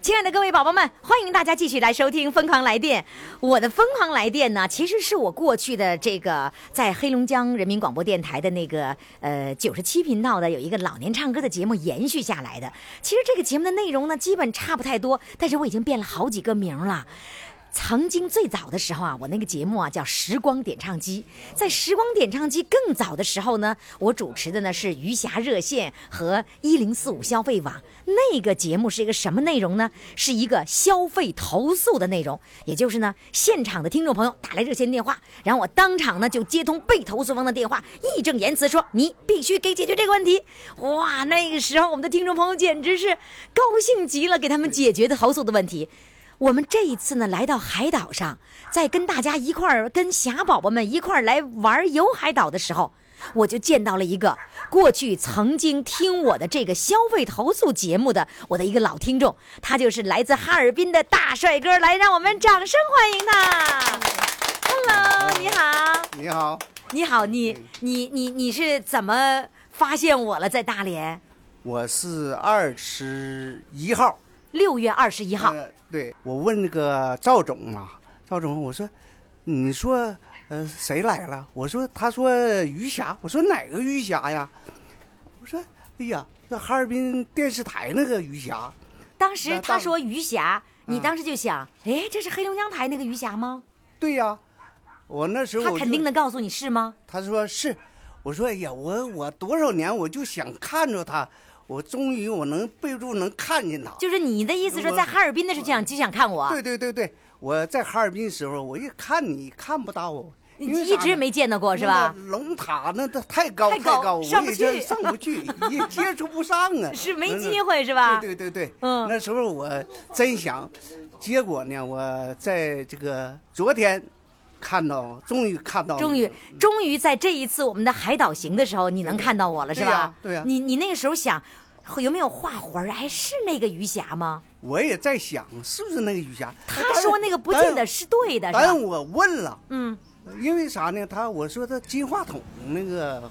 S3: 亲爱的各位宝宝们，欢迎大家继续来收听《疯狂来电》。我的《疯狂来电》呢，其实是我过去的这个在黑龙江人民广播电台的那个呃九十七频道的有一个老年唱歌的节目延续下来的。其实这个节目的内容呢，基本差不太多，但是我已经变了好几个名儿了。曾经最早的时候啊，我那个节目啊叫《时光点唱机》。在《时光点唱机》更早的时候呢，我主持的呢是余霞热线和一零四五消费网。那个节目是一个什么内容呢？是一个消费投诉的内容，也就是呢，现场的听众朋友打来热线电话，然后我当场呢就接通被投诉方的电话，义正言辞说：“你必须给解决这个问题。”哇，那个时候我们的听众朋友简直是高兴极了，给他们解决的投诉的问题。我们这一次呢，来到海岛上，在跟大家一块儿、跟霞宝宝们一块儿来玩游海岛的时候，我就见到了一个过去曾经听我的这个消费投诉节目的我的一个老听众，他就是来自哈尔滨的大帅哥，来，让我们掌声欢迎他。Hello，你好，
S6: 嗯你好，嗯
S3: 你好，你你你你是怎么发现我了？在大连，
S6: 我是二十一号。
S3: 六月二十一号，
S6: 呃，对我问那个赵总啊，赵总，我说，嗯你说，呃，谁来了？我说，他说余霞，我说哪个余霞呀？我说，哎呀，那哈尔滨电视台那个余霞，
S3: 当时
S6: 那
S3: 他
S6: 当
S3: 说余霞，你
S6: 嗯
S3: 当时就想，哎，这是黑龙江台那个余霞吗？
S6: 对呀、我那时候
S3: 他
S6: 我
S3: 肯
S6: 就
S3: 定能告诉你是吗？
S6: 他说是，我说哎呀，我我多少年我就想看着他，我终于我能备注能看见他。
S3: 就是你的意思说，
S6: 我
S3: 在哈尔滨的时候就想就想看我，
S6: 对对对对，我在哈尔滨时候，我一看你看不到我，
S3: 你
S6: 因为
S3: 一
S6: 啥
S3: 直
S6: 呢
S3: 没见到过是吧？？
S6: 那个龙塔那它太高
S3: 太高
S6: 高，我
S3: 上不
S6: 也就
S3: 去
S6: 上 不去，也接触不上啊，
S3: 是没
S6: 那
S3: 机会是吧
S6: 对对对对，
S3: 嗯
S6: 那时候我真想，结果呢，我在这个昨天看到，终于看到你了，
S3: 终于，终于在这一次我们的海岛行的时候，你能看到我了是
S6: 嗯对呀
S3: 吧？
S6: 对呀
S3: 你你那个时候想，有没有画魂儿？哎，是那个余霞吗？
S6: 我也在想，是不是那个雨霞？
S3: 他说那个不见得是对的，是
S6: 但
S3: 吧？
S6: 我问了，
S3: 嗯，
S6: 因为啥呢？他我说他金话筒那个，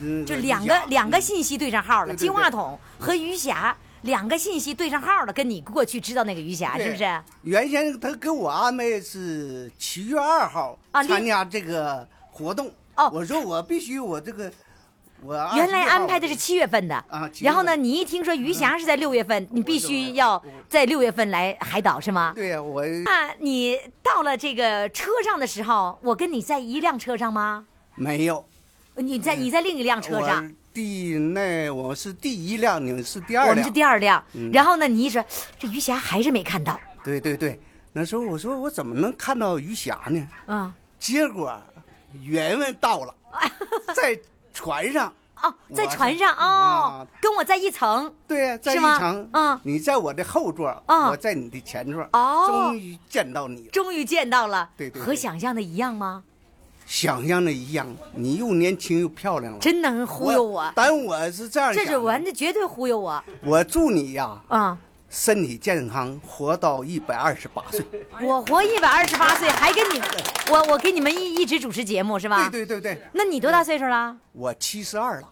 S6: 那
S3: 就
S6: 雨
S3: 两
S6: 霞
S3: 个两个信息对上号了，
S6: 嗯对对
S3: 金
S6: 对
S3: 话筒和余霞两个信息对上号了，跟你过去知道那个余霞啊是不是？
S6: 对啊原先他给我安排是七月二号
S3: 啊
S6: 参加这个活动。
S3: 哦
S6: 我说我必须我这个我
S3: 原来
S6: 21
S3: 安排的是
S6: 号
S3: 七月份的
S6: 啊七月份嗯
S3: 然后呢，你一听说余霞是在六月份，你必须要在六月份来海岛是吗？
S6: 对呀、我
S3: 那你到了这个车上的时候，我跟你在一辆车上吗？
S6: 没有
S3: 你在你在另一辆车上，
S6: 嗯我第那我是第一辆，你们是第
S3: 我
S6: 二
S3: 们
S6: 辆嗯
S3: 是。第二辆。然后呢，你一说这余霞还是没看到，
S6: 对对对，那时候我说我怎么能看到余霞呢？
S3: 嗯，
S6: 结果圆圆到 了，在船上。
S3: 哦，在
S6: 我
S3: 船上哦
S6: 啊，
S3: 跟我在一层。
S6: 对呀、啊在
S3: 是
S6: 一
S3: 吗
S6: 层，
S3: 嗯
S6: 你在我的后座，
S3: 嗯
S6: 我在你的前座，
S3: 哦
S6: 终于见到你了。
S3: 终于见到了，
S6: 对对对
S3: 和想象的一样吗？
S6: 想象的一样，你又年轻又漂亮了，
S3: 真能忽悠我，
S6: 但我是这样想
S3: 这
S6: 的，
S3: 是我，这绝对忽悠我啊！
S6: 我祝你呀、
S3: 哎
S6: 身体健康，活到一百二十八岁。
S3: 我活一百二十八岁，还跟你，我我给你们一一直主持节目是吧？
S6: 对对对对，
S3: 那你多大岁数了？
S6: 我七十二了。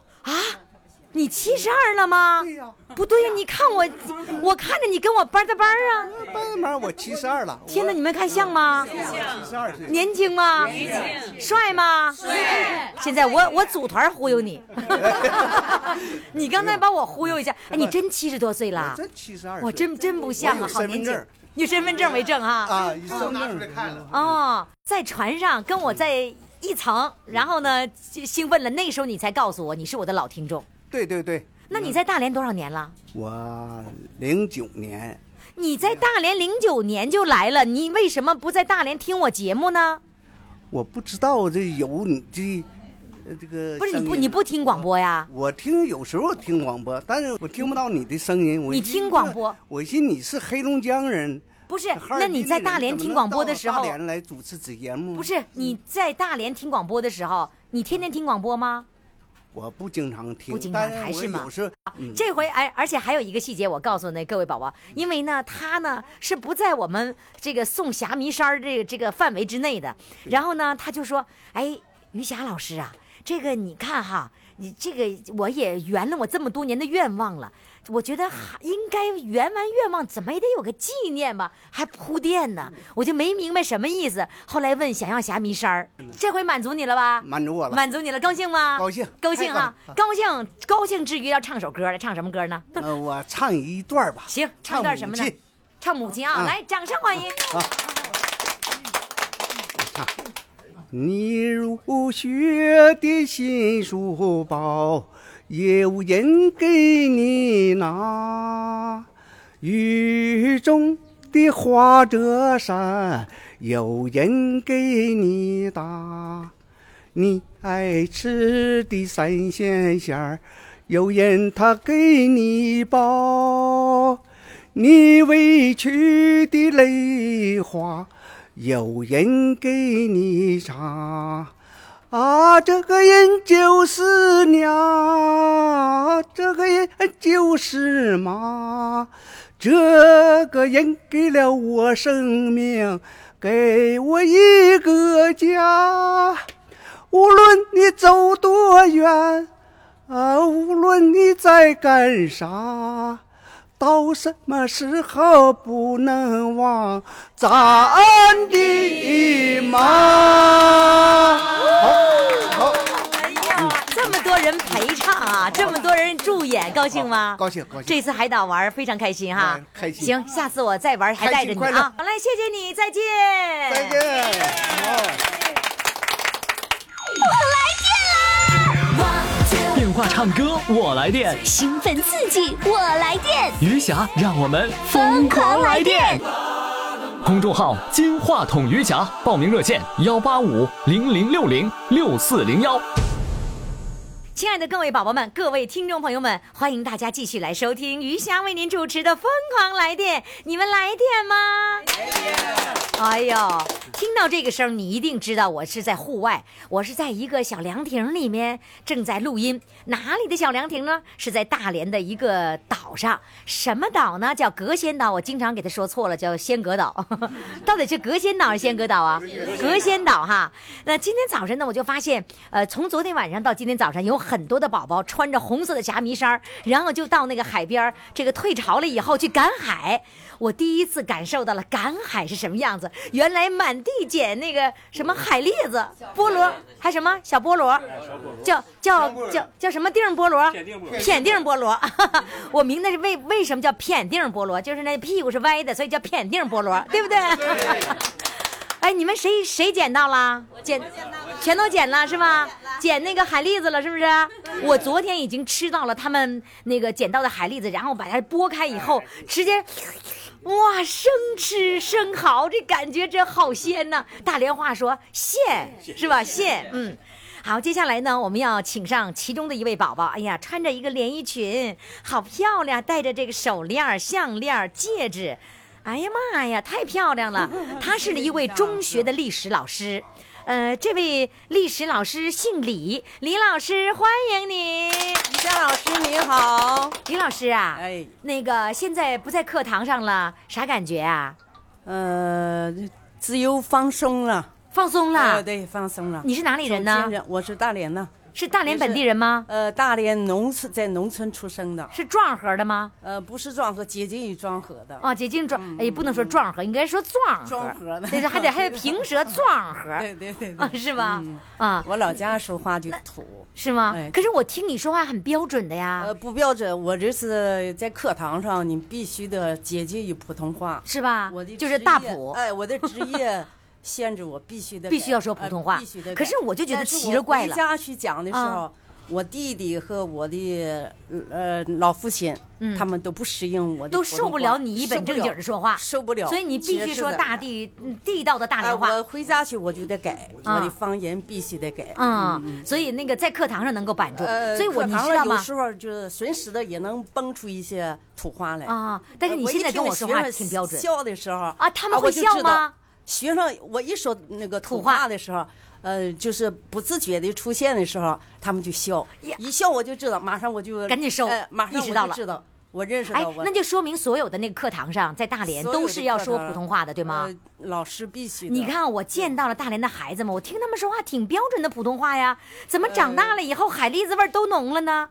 S3: 你七十二了吗？
S6: 对呀
S3: 不对呀、你看我，我看着你跟我班的班儿啊！
S6: 慢慢我七十二了，
S3: 天哪，你们看像吗？
S6: 七十二岁。
S3: 年轻吗？帅吗？帅！现在我我组团忽悠你， 你刚才把我忽悠一下，哎，你真七十多岁了？
S6: 我真72
S3: 我真真不像啊，
S6: 我有
S3: 好年
S6: 身份
S3: 轻
S6: 证。
S3: 有身份证为证哈。
S6: 啊，一生拿出来看了。
S3: 哦，在船上跟我在一层，然后呢就兴奋了，那时候你才告诉我你是我的老听众。
S6: 对对对，
S3: 那你在大连多少年了？
S6: 我零九年，
S3: 你在大连零九年就来了，你为什么不在大连听我节目呢？
S6: 我不知道这有你这，呃这个
S3: 不是你不
S6: 声音啊
S3: 你不听广播呀？
S6: 我听有时候听广播，但是我听不到你的声音。我
S3: 你
S6: 寻
S3: 听
S6: 思
S3: 广播，
S6: 我寻你是黑龙江人，
S3: 不是，
S6: 哈尔
S3: 那
S6: 滨
S3: 你
S6: 的
S3: 在
S6: 人
S3: 大连
S6: 怎么
S3: 听
S6: 能
S3: 广播
S6: 到
S3: 的时
S6: 大
S3: 候，
S6: 连来主持节目
S3: 不是你在大连听广播的时候，你天天听广播吗？
S6: 我不经常听，
S3: 不经常
S6: 但
S3: 还是
S6: 我
S3: 吗
S6: 有时候
S3: 这回哎，而且还有一个细节，我告诉那各位宝宝，
S6: 嗯
S3: 因为呢，他呢是不在我们这个送霞迷衫儿这个这个范围之内的。然后呢，他就说：“哎，于霞老师啊，这个你看哈，你这个我也圆了我这么多年的愿望了。”我觉
S6: 嗯
S3: 得还应该圆完愿望，怎么也得有个纪念吧，还铺垫呢，
S6: 嗯
S3: 我就没明白什么意思。后来问想要霞迷衫儿，这回满足你了吧？
S6: 嗯满足我了
S3: 满足你了，高兴吗？
S6: 高兴
S3: 高兴啊，
S6: 太
S3: 高兴，高兴之余要唱首歌了，唱什么歌呢？
S6: 呃，我唱一段吧。
S3: 行，唱段什么
S6: 唱
S3: 呢
S6: 母亲？嗯
S3: 唱母亲啊！
S6: 啊
S3: 来，掌声欢迎。
S6: 你入学的新书包，也无人给你拿。雨中的花折伞，有人给你打。你爱吃的三鲜馅儿，有人他给你包；你委屈的泪花，有人给你擦。啊，这个人就是娘，这个人就是妈，这个人给了我生命，给我一个家。无论你走多远，啊，无论你在干啥，到什么时候不能忘咱的妈。好，
S3: 哎呀，这么多人陪唱啊，这么多人助演，高兴吗？
S6: 嗯高兴高兴
S3: 啊这次海岛玩儿非常开心哈
S6: 嗯，开心
S3: 行，下次我再玩儿还
S6: 开
S3: 带
S6: 心
S3: 着你
S6: 快乐
S3: 啊。好嘞，谢谢你，再见。
S6: 再见。好。
S1: 电话唱歌我来电，
S2: 兴奋刺激，我来电！
S1: 余霞让我们
S2: 疯狂来电！
S1: 公众号“金话筒余霞”，报名热线：幺八五零零六零六四零幺。
S3: 亲爱的各位宝宝们、各位听众朋友们，欢迎大家继续来收听余霞为您主持的《疯狂来电》，你们来电吗？哎呦，听到这个声儿，你一定知道我是在户外，我是在一个小凉亭里面正在录音。哪里的小凉亭呢？是在大连的一个岛上。什么岛呢？叫隔仙岛。我经常给他说错了，叫仙阁岛。 到底是隔仙岛还是仙阁岛啊？隔仙岛哈。那今天早晨呢，我就发现，呃，从昨天晚上到今天早上，有很多的宝宝穿着红色的霞迷衫儿，然后就到那个海边儿，这个退潮了以后去赶海。我第一次感受到了赶海是什么样子。原来满地捡那个什么海蛎子、菠萝，还什么小菠萝，叫叫叫叫什么定菠萝？片定菠萝。 我明白是为为什么叫片定菠萝，就是那屁股是歪的，所以叫片定菠萝，对不对？哎，你们谁谁捡到了？捡，全都捡了是吧？捡那个海蛎子了是不是？我昨天已经吃到了他们那个捡到的海蛎子，然后把它剥开以后，直接，哇，生吃生蚝，这感觉真好鲜呐、大连话说鲜是吧？鲜，嗯。好，接下来呢，我们要请上其中的一位宝宝。哎呀，穿着一个连衣裙，好漂亮，戴着这个手链儿、项链儿、戒指。哎呀妈呀，太漂亮了！她是一位中学的历史老师，呃，这位历史老师姓李，李老师，欢迎你。
S7: 夏老师你好，
S3: 李老师啊，
S7: 哎
S3: 那个现在不在课堂上了，啥感觉啊？
S7: 呃，自由放松了，
S3: 放松了？
S7: 呃对，放松了。
S3: 你是哪里人呢
S7: 首先人？我是大连的，
S3: 是大连本地人吗？
S7: 呃，大连农村在农村出生的，
S3: 是壮河的吗？
S7: 呃，不是庄河，接近于庄河的。
S3: 哦，解禁壮，哎，不能说壮河，应该说壮
S7: 嗯壮河的
S3: 对对，还得 还得平舌壮河，
S7: 对对对
S3: 啊
S7: 对，，
S3: 是吧
S7: 嗯？
S3: 啊，
S7: 我老家说话就土，
S3: 是吗
S7: 哎？
S3: 可是我听你说话很标准的呀
S7: 呃，，不标准。我这是在课堂上，你必须得接近于普通话。
S3: 是吧
S7: 我的？
S3: 就是
S7: 职
S3: 大
S7: 业
S3: 普，
S7: 哎，我的职 业限制我必须得
S3: 必
S7: 改
S3: 须要说普
S7: 呃
S3: 通话
S7: 必须得改。
S3: 可是我就觉得
S7: 但是
S3: 奇
S7: 我
S3: 了怪
S7: 回
S3: 了
S7: 家去讲的时
S3: 啊
S7: 候，我弟弟和我的呃老父亲，他们都不适应我的
S3: 嗯都
S7: 普
S3: 受
S7: 通
S3: 不了
S7: 话
S3: 你一本
S7: 受不
S3: 正经
S7: 了
S3: 的说话，
S7: 受不了。
S3: 所以你必须说大。地嗯地道的大
S7: 哎，
S3: 连话。
S7: 我回家去我就得改，
S3: 啊
S7: 我的方言必须得改。
S3: 嗯，所以那个在课堂上能够板住，
S7: 呃，
S3: 所以我
S7: 课
S3: 你
S7: 堂
S3: 知道
S7: 上有
S3: 吗？
S7: 时候就是随时的也能蹦出一些土话来。
S3: 啊，但是你
S7: 呃我
S3: 现
S7: 一
S3: 在
S7: 听
S3: 跟我
S7: 着
S3: 说
S7: 学
S3: 话
S7: 生
S3: 挺标准，
S7: 笑的时候
S3: 啊他们
S7: 我
S3: 会
S7: 就
S3: 笑
S7: 知道
S3: 吗？
S7: 学生，我一说那个
S3: 土
S7: 土
S3: 话
S7: 话的时候，呃，就是不自觉的出现的时候，他们就笑，
S3: 呀
S7: 一笑我就知道，马上我就
S3: 赶紧收
S7: 呃马上
S3: 意识
S7: 我
S3: 到
S7: 就
S3: 了
S7: 知道，我认识
S3: 哎
S7: 到我，
S3: 那就说明所有的那个课堂上，在大连
S7: 所有的
S3: 都是要说
S7: 课堂
S3: 普通话的，对吗？
S7: 呃老师必须的。
S3: 你看，啊我见到了大连的孩子们，我听他们说话挺标准的普通话呀，怎么长大了以后海蛎子味儿都浓了呢？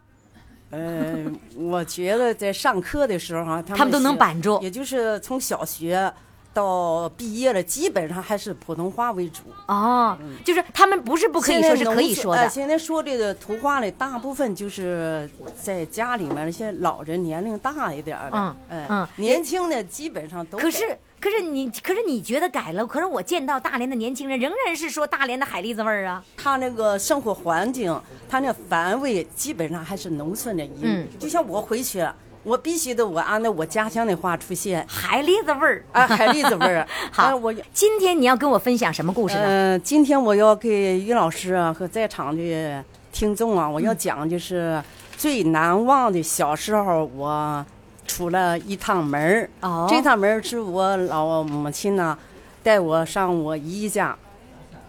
S7: 呃，我觉得在上课的时候哈、他
S3: 他们都
S7: 是
S3: 能板住
S7: 也就是从小学到毕业了，基本上还是普通话为主。
S3: 哦，
S7: 嗯
S3: 就是他们不是不
S7: 不
S3: 可以说，是可以说的。
S7: 现在说这个图画呢，大部分就是在家里面那些老人年龄大一点儿的，
S3: 嗯
S7: 哎
S3: 嗯
S7: 年轻的基本上都
S3: 可
S7: 在
S3: 是，可是你，可是你觉得改了？可是我见到大连的年轻人，仍然是说大连的海蛎子味儿啊。
S7: 他那个生活环境，他那氛围基本上还是农村的一
S3: 嗯
S7: 就像我回去，我必须得我按照我家乡的话出现，
S3: 海蛎子味儿
S7: 啊海蛎子味儿
S3: 好，
S7: 哎我
S3: 今天你要跟我分享什么故事呢？
S7: 嗯、今天我要给于老师啊和在场的听众啊，我
S3: 嗯
S7: 要讲就是最难忘的小时候我出了一趟门儿。
S3: 哦
S7: 这趟门儿是我老母亲呢带我上我姨家，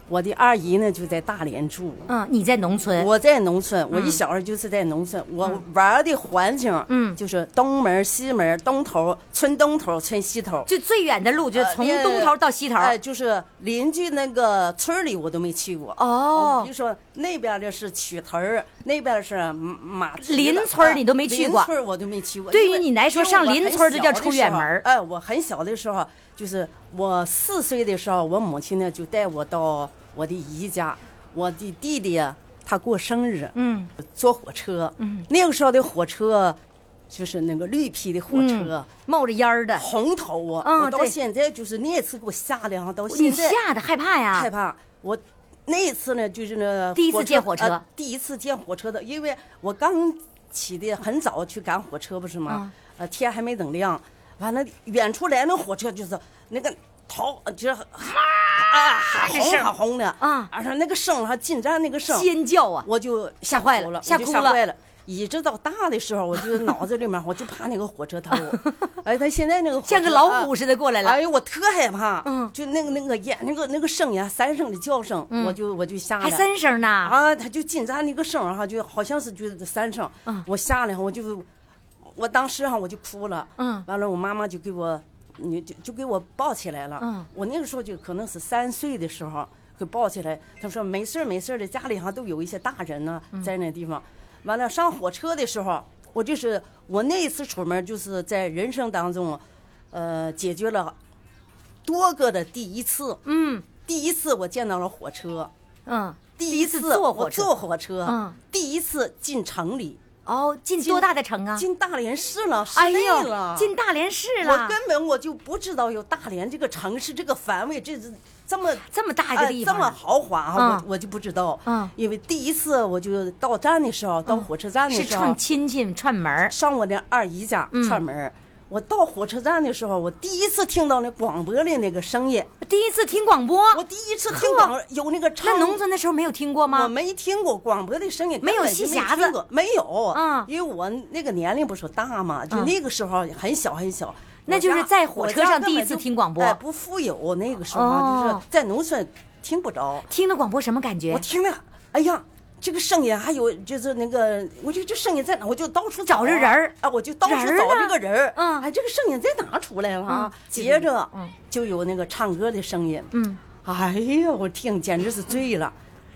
S7: 我的二姨呢就在大连住。
S3: 嗯，你在农村，
S7: 呃我在农村，我一小时候就是在农村，我玩儿的环境，
S3: 嗯
S7: 就是东门儿、西门儿、东头儿、村东头儿、村西头儿，
S3: 就最远的路就是从
S7: 呃
S3: 东头到西头。
S7: 哎，就是邻居那个村儿里我都没去过。
S3: 哦
S7: 比如说那边儿的是曲屯儿，那边儿是马马蹄子
S3: 邻村儿你都没去过
S7: 邻村儿我都没去过。
S3: 对于
S7: 因为
S3: 你来说
S7: 因为
S3: 上
S7: 我
S3: 邻
S7: 很
S3: 村儿就
S7: 小
S3: 叫
S7: 的
S3: 出
S7: 时
S3: 远
S7: 候
S3: 门儿
S7: 哎，我很小的时候，就是我四岁的时候，我母亲呢就带我到我的姨家，我的弟弟他过生日，
S3: 嗯，
S7: 坐火车，嗯，那个时候的火车。就是那个绿皮的火
S3: 嗯
S7: 车，
S3: 冒着烟儿的，
S7: 红头啊！
S3: 嗯
S7: 我到
S3: 对
S7: 现在就是那次给我吓得哈，到
S3: 你
S7: 现在
S3: 吓得害怕呀？
S7: 害怕。我那一次呢，就是那
S3: 第一次见火车
S7: 呃第一次见火车的，因为我刚起的很早去赶火车，不是吗？呃，天还没等亮，完了远处来那火车就是那个头就是哈啊
S3: 这
S7: 红
S3: 声
S7: 啊红的
S3: 啊
S7: 而且那个声还进站那个声，
S3: 尖叫啊！
S7: 我就
S3: 吓坏了
S7: 哭了，
S3: 吓
S7: 我就
S3: 哭
S7: 吓
S3: 了
S7: 坏了。一直到大的时候，我就脑子里面我就怕那个火车头，哎，他现在那个火
S3: 像
S7: 车
S3: 个老虎似的过来了
S7: 哎呦，我特害怕，
S3: 嗯
S7: 就那个那个眼那个那个声音啊，三声的叫声，我就我就吓
S3: 还
S7: 得。
S3: 三声呢？
S7: 啊，他就进站那个声儿哈，就好像是就是三声，
S3: 嗯
S7: 我吓得哈，我就，我当时哈我就哭了，
S3: 嗯
S7: 完了我妈妈就给我，你就就给我抱起来了，
S3: 嗯
S7: 我那个时候就可能是三岁的时候给抱起来，她说没事儿没事儿的，家里哈都有一些大人呢、
S3: 嗯
S7: 在那地方，完了上火车的时候，我就是我那一次出门就是在人生当中，呃，解决了多个的第一次，
S3: 嗯
S7: 第一次我见到了火车。
S3: 嗯，
S7: 第一
S3: 次
S7: 次
S3: 坐火
S7: 我
S3: 车
S7: 坐火车，
S3: 嗯
S7: 第一次进城里，
S3: 哦，进多大的城啊？
S7: 进大连市了，市
S3: 哎
S7: 内
S3: 呦，
S7: 了，
S3: 进大连市
S7: 我
S3: 了，
S7: 根本我就不知道有大连这个城市这个范围，这是这么。
S3: 这么大一个
S7: 哎
S3: 地
S7: 这
S3: 方
S7: 么
S3: 啊，
S7: 豪华啊，
S3: 嗯
S7: 我我就不知道，
S3: 嗯
S7: 因为第一次我就到站的时候，到火车站的
S3: 是嗯
S7: 时候
S3: 串，亲戚串门儿，
S7: 上我那二姨家串门儿。我到火车站的时候，我第一次听到那广播的那个声音，
S3: 第一次听广播，
S7: 我第一次听广有那个唱
S3: 啊那农村的时候没有听过
S7: 我
S3: 吗？
S7: 没听过广播的声音，
S3: 没有
S7: 根本就
S3: 戏匣子
S7: 听过没有，
S3: 嗯
S7: 因为我那个年龄不是大嘛，就
S3: 嗯
S7: 那个时候很小很小。
S3: 那
S7: 我
S3: 就是
S7: 家
S3: 在火
S7: 我
S3: 车
S7: 家
S3: 上
S7: 根
S3: 第一
S7: 本
S3: 次
S7: 就
S3: 听广播
S7: 哎不富有那个时候
S3: 哦
S7: 啊，就是在农村听不着。
S3: 听的广播什么感觉
S7: 我？听了，哎呀，这个声音还有就是那个，我就这声音在哪？我就到处
S3: 找着
S7: 啊
S3: 人儿
S7: 啊，我就到处
S3: 哦人儿
S7: 找
S3: 呢
S7: 这个人儿。
S3: 嗯
S7: 哎，这个声音在哪出来了啊
S3: 嗯？
S7: 接着
S3: 嗯
S7: 就有那个唱歌的声音。
S3: 嗯，
S7: 哎呀，我听简直是醉了。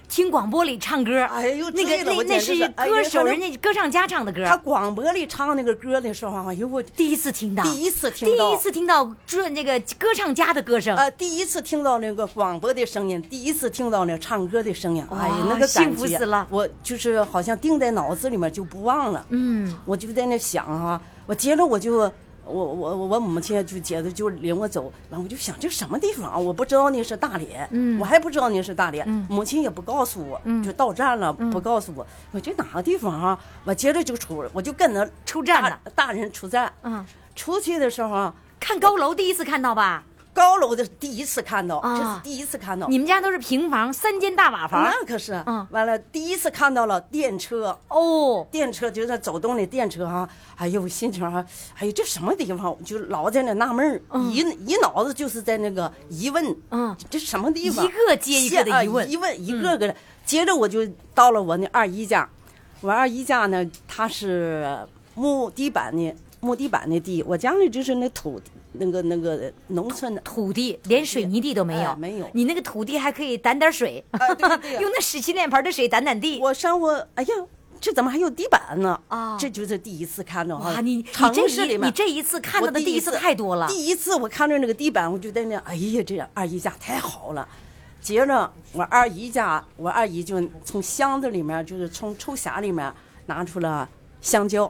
S3: 听广播里唱歌，
S7: 哎呦
S3: 那
S7: 醉
S3: 个
S7: 了
S3: 那
S7: 我
S3: 那
S7: 简直
S3: 是
S7: 是哎
S3: 歌
S7: 人
S3: 手，
S7: 家
S3: 人家歌唱家唱的歌，
S7: 他广播里唱那个歌的时候啊，哎呦我
S3: 第一次听到，
S7: 第一次听到
S3: 第一次听到这那个歌唱家的歌声，
S7: 呃第一次听到那个广播的声音，第一次听到那唱歌的声音，
S3: 哇
S7: 哎呀那个感觉
S3: 幸福死了
S7: 我就是好像定在脑子里面就不忘了。
S3: 嗯，
S7: 我就在那想啊，我接着我就我我我我母亲就接着就领我走，完我就想这什么地方啊？我不知道那是大连，
S3: 嗯
S7: 我还不知道那是大连，母亲也不告诉我，就到站了、
S3: 嗯
S7: 不告诉我，我这哪个地方啊？我接着就出，我就跟着
S3: 出站了
S7: 大大人出站，
S3: 嗯，
S7: 出去的时候啊。
S3: 看高楼第一次看到吧？
S7: 高楼的第一次看到，这
S3: 啊
S7: 是第一次看到。
S3: 你们家都是平房，三间大瓦房
S7: 那可是
S3: 嗯，
S7: 完了第一次看到了电车，
S3: 哦，
S7: 电车就是走动的电车哈、哎呦，我心情啊，哎呦，这什么地方？我就老在那纳闷儿，一一脑子就是在那个疑问，
S3: 嗯
S7: 这什么地方？
S3: 一个接一个的
S7: 先啊
S3: 疑问嗯
S7: 一问一个个的。接着我就到了我那二姨家，我二姨家呢，她是木地板的木地板的地，我家里就是那土那个那个农村的，
S3: 土地连水泥地都没有，
S7: 哎没有
S3: 你那个土地还可以掸点水，
S7: 哎对对对
S3: 用那十七脸盆的水掸掸地。
S7: 我上我哎呀。这怎么还有地板呢？
S3: 啊
S7: 这就是第一次看到哈。
S3: 哇，你你
S7: 城
S3: 这
S7: 市
S3: 一
S7: 里面，
S3: 你这一次看到的
S7: 我第
S3: 第一次太多了，
S7: 第一次我看着那个地板，我就在那，哎呀，这二姨家太好了。接着我二姨家，我二姨就从箱子里面，就是从抽匣里面拿出了香蕉。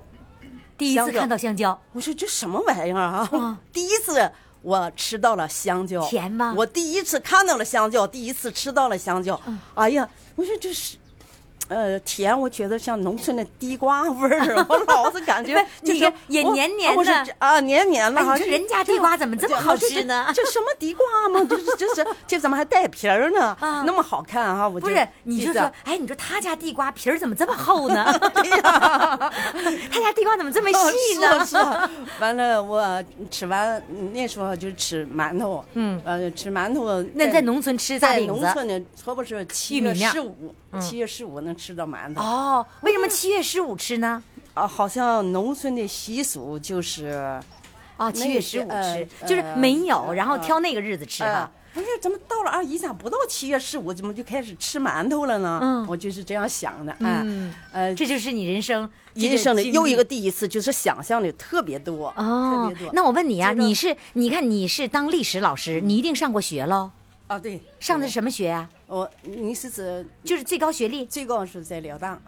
S3: 第一
S7: 香
S3: 次
S7: 蕉
S3: 看到香蕉，
S7: 我说这什么玩意儿啊？
S3: 嗯
S7: 第一次我吃到了香蕉，
S3: 甜吗
S7: 我第一次看到了香蕉，第一次吃到了香蕉。
S3: 嗯
S7: 哎呀，我说这是。呃，甜，我觉得像农村的地瓜 味儿，啊我老是感觉
S3: 不是
S7: 就
S3: 你
S7: 是
S3: 也
S7: 我
S3: 黏黏
S7: 我说
S3: 的
S7: 这啊，黏黏的
S3: 哎
S7: 哈。
S3: 你说
S7: 这
S3: 人家地瓜怎么这么好吃呢
S7: 这这这什么地瓜吗？这是这是这怎么还带皮儿 呢？
S3: 啊
S7: 那么好看啊！我
S3: 不？
S7: 就是
S3: 你
S7: 第一
S3: 就
S7: 次
S3: 说，哎，你说他家地瓜皮儿怎么这 么厚呢？ 他家地瓜怎么这么
S7: 哎 哦
S3: 细呢？
S7: 是啊是啊完了，我吃完那时候就吃馒头，
S3: 嗯
S7: 呃，吃馒头。
S3: 那在农村吃大
S7: 在
S3: 饼
S7: 农
S3: 子
S7: 村呢，特别是七
S3: 玉米
S7: 月
S3: 面儿嗯
S7: 十五，七月十五能吃到馒头
S3: 哦，为
S7: 嗯
S3: 什么七月十五吃呢？
S7: 啊，好像农村的习俗就是，
S3: 哦，
S7: 那
S3: 七月
S7: 个
S3: 十五
S7: 呃
S3: 吃，
S7: 呃
S3: 就是没有，然后
S7: 呃
S3: 挑那个日子吃
S7: 呃
S3: 哈。，
S7: 不是，怎么到了二姨家不到七月十五，怎么就开始吃馒头了呢？
S3: 嗯
S7: 我就是这样想的，哎，呃，
S3: 这就是你人生
S7: 人生的
S3: 这
S7: 又一
S3: 经历
S7: 个第一次，就是想象的特别多，
S3: 哦
S7: 特别多。，
S3: 那我问你啊，
S7: 这个
S3: 你是你看你是当历史老师，你一定上过学喽？
S7: 啊，对，
S3: 上的是什么学啊？
S7: 我，你是指
S3: 就是最高学历，
S7: 最高是在辽大，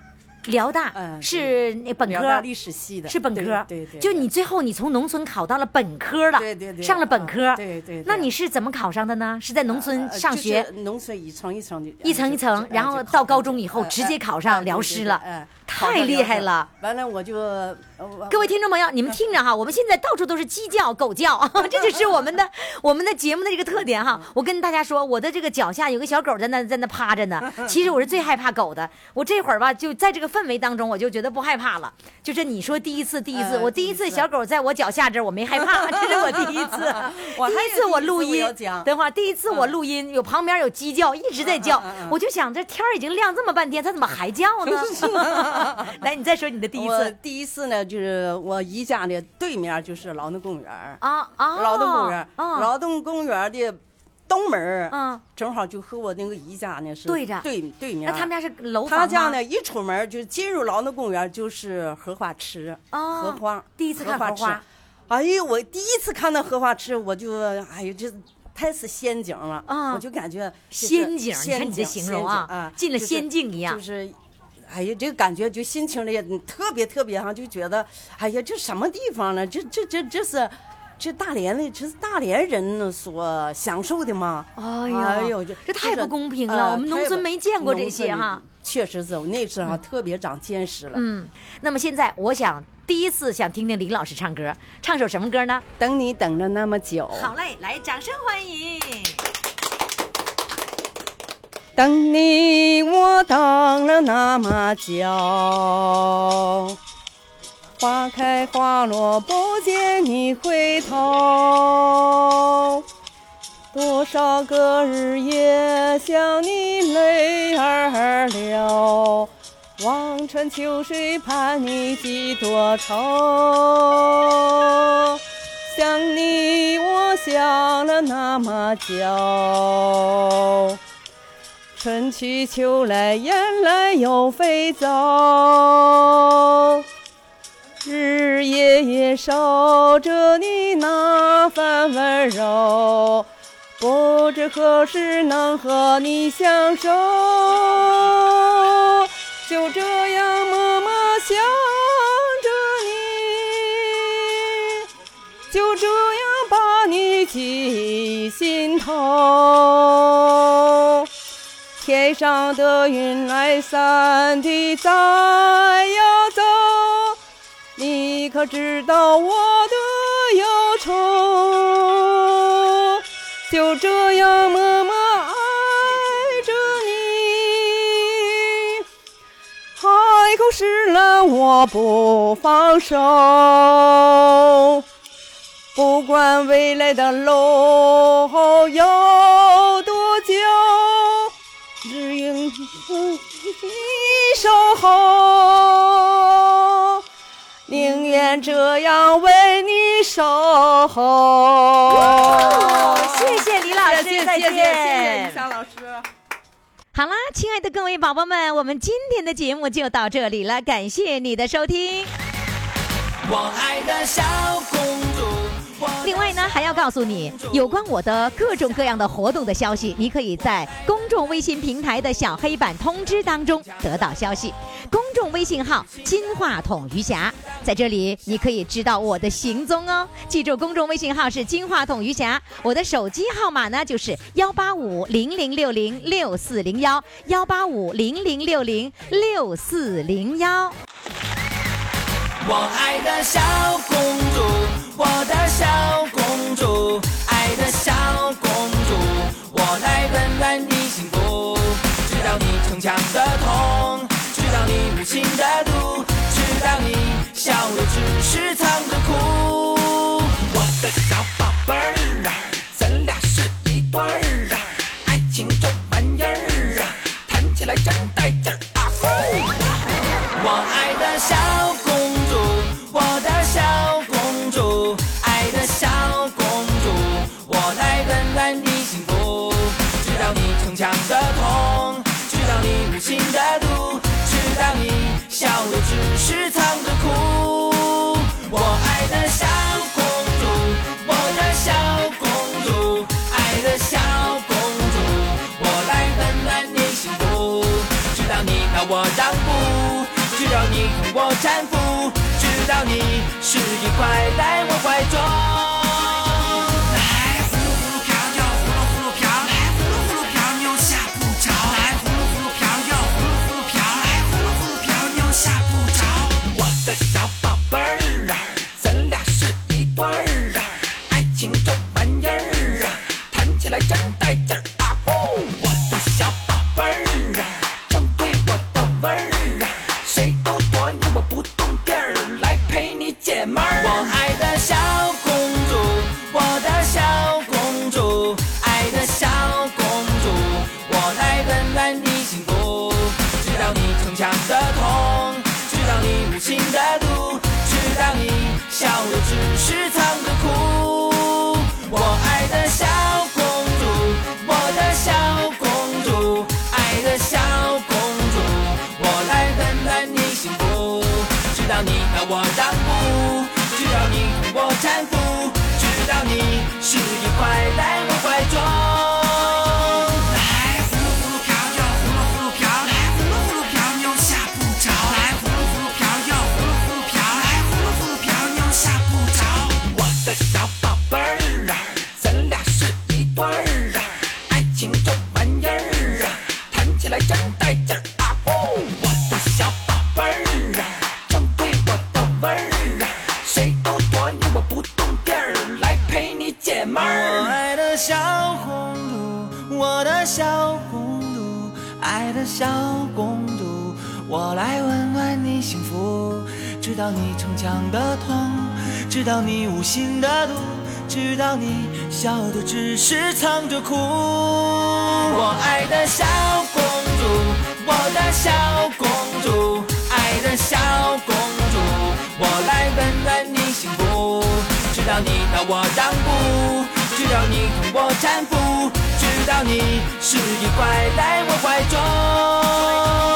S3: 辽大、
S7: 嗯
S3: 是那本
S7: 辽大
S3: 科，
S7: 历史系的，
S3: 是本科，
S7: 对对对，
S3: 就你最后你从农村考到了本科了，
S7: 对对对
S3: 上了本科，
S7: 嗯对对对
S3: 那你是怎么考上的呢？是在农村
S7: 呃
S3: 上学，
S7: 就是农村一层一层的，
S3: 一层一层
S7: 就就
S3: 然后
S7: 就考
S3: 到高中以后
S7: 呃
S3: 直接考
S7: 呃
S3: 上
S7: 呃
S3: 辽
S7: 对
S3: 师
S7: 对
S3: 了
S7: 对呃
S3: 太
S7: 考上
S3: 厉
S7: 辽
S3: 害
S7: 师
S3: 了。
S7: 完了，我就呃我啊
S3: 各位听众朋友，你们听着哈，我们现在到处都是鸡叫、狗叫， 这就是我 们的我们的节目的这个特点
S7: 嗯
S3: 哈。我跟大家说，我的这个脚下有个小狗在那在那趴着 呢。其实我是最害怕狗的，我这会儿吧就在这个氛围当中，我就觉得不害怕了。就是你说第一次，第一次，
S7: 呃
S3: 我第一
S7: 第
S3: 次
S7: 一次
S3: 小狗在我脚下这儿我没害怕，这是我第一次。
S7: 我还
S3: 第
S7: 有
S3: 一次我录
S7: 第一次
S3: 音
S7: 我要讲，嗯
S3: 等会儿第一次我录音，有旁边有鸡叫，一直在叫，我就想这天儿已经亮这么半天，它怎么还叫 呢？来，你再说你的第一
S7: 我
S3: 次。
S7: 第一次呢，就是我姨家的对面就是劳动公园儿，
S3: 啊啊！
S7: 劳动公园儿，
S3: 啊，
S7: 劳动公园儿的东门儿，
S3: 嗯
S7: 正好就和我那个姨家呢是
S3: 对着
S7: 对对面
S3: 那
S7: 儿。
S3: 他们家是楼房
S7: 他家
S3: 吗
S7: 呢，一出门就进入劳动公园，就是荷花池，
S3: 哦
S7: 荷花，
S3: 第一次看
S7: 荷
S3: 荷花
S7: 池。哎呦，我第一次看到荷花池，我就哎呦，这太是仙境了，
S3: 啊
S7: 我就感觉就是
S3: 仙境你
S7: 仙
S3: 看你这形容啊
S7: 仙境啊，
S3: 进了
S7: 就是
S3: 仙境一样
S7: 就是。哎呀，这个感觉就心情里也嗯特别特别哈、就觉得，哎呀，这什么地方呢？这这这这是，这大连的，这是大连人所享受的吗？
S3: 哎呀
S7: 哎呦，这
S3: 这太
S7: 是
S3: 不公平了
S7: 呃
S3: 我们农
S7: 太不
S3: 村没见过这些
S7: 农村
S3: 哈
S7: 确实是我那时候啊特别长见识了。
S3: 嗯，那么现在我想第一次想听听李老师唱歌，唱首什么歌呢？
S7: 等你等了那么久，
S3: 好嘞，来，掌声欢迎！
S7: 等你我等了那么久，花开花落不见你回头，多少个日夜想你泪儿流，望穿秋水盼你几多愁。想你，我想了那么久。春去秋来，雁来又飞走，日日夜夜守着你那份温柔，不知何时能和你相守。就这样默默想着你，就这样把你记忆心头。天上的云来散的咱呀走，你可知道我的忧愁？
S8: 就这样默默爱着你。海枯石烂，我不放手。不管未来的路有多久，只因你守候，宁愿这样为你守候。
S3: 谢谢李老师，
S8: 谢谢
S3: 再见。
S8: 谢谢谢谢于霞老师。
S3: 好啦，亲爱的各位宝宝们，我们今天的节目就到这里了，感谢你的收听。另外呢，还要告诉你有关我的各种各样的活动的消息，你可以在公众微信平台的小黑板通知当中得到消息。公众微信号“金话筒余霞”，在这里你可以知道我的行踪哦。记住，公众微信号是“金话筒余霞”，我的手机号码呢就是幺八五零零六零六四零幺幺八五零零六零六四零幺。
S9: 我爱的小公主，我的小公主，爱的小公主，我来温暖你幸福。知道你逞强的痛，知道你无情的毒，知道你笑的只是藏着哭。我的小宝贝儿啊，咱俩是一对儿啊，爱情这玩意儿啊，谈起来真带劲儿啊！呼。我爱的小公主，我的小公主，爱的小公主，我来温暖你幸福。知道你逞强的痛，知道你无情的毒，知道你笑的只是藏着哭。我爱的小公主，我的小公主，爱的小公主，我来温暖你幸福。知道你让我让步，知道你同我搀扶，知道你是一块在我怀中。来呼噜呼噜飘，又呼噜呼噜飘，来呼噜呼噜飘，又吓不着，来呼噜呼噜飘，又呼噜呼噜飘，来呼噜呼噜飘，又吓不着。我的小宝贝儿啊，咱俩是一对儿啊，爱情这玩意儿啊，谈起来真带劲儿啊！呼，我的小宝贝儿啊，正对我的味儿啊，谁都躲你我不动地儿，来陪你解闷儿。我爱的小公主，我的小公主，爱的小公主，我来温暖你幸福。知道你逞强的痛，知道你无情的毒，知道你笑的只是藏着哭。我爱的小公主，我的小公主，爱的小公主，我来温暖你幸福。知道你让我让步，知道你为我搀扶，知道你是一块在我怀中。来呼噜呼噜飘，又呼噜呼噜飘，来呼噜呼噜飘，又吓不着，来呼噜呼噜飘，又呼噜呼噜飘，来呼噜呼噜飘，又吓不着。我的小宝贝儿啊，咱俩是一对儿啊，爱情这玩意儿啊，谈起来真带劲儿啊！呼，我的小宝贝儿啊，正对我的味儿啊，谁都躲你我不动地儿，来陪你解闷儿。我爱的小公主，我的小公主，爱的小公主，我来温暖你幸福。知道你逞强的痛，知道你无心的毒，知道你笑的只是藏着哭。我爱的小公主，我的小公主，爱的小公主，我来温暖你幸福。知道你让我让步，知道你同我搀扶，知道你是一块在我怀中。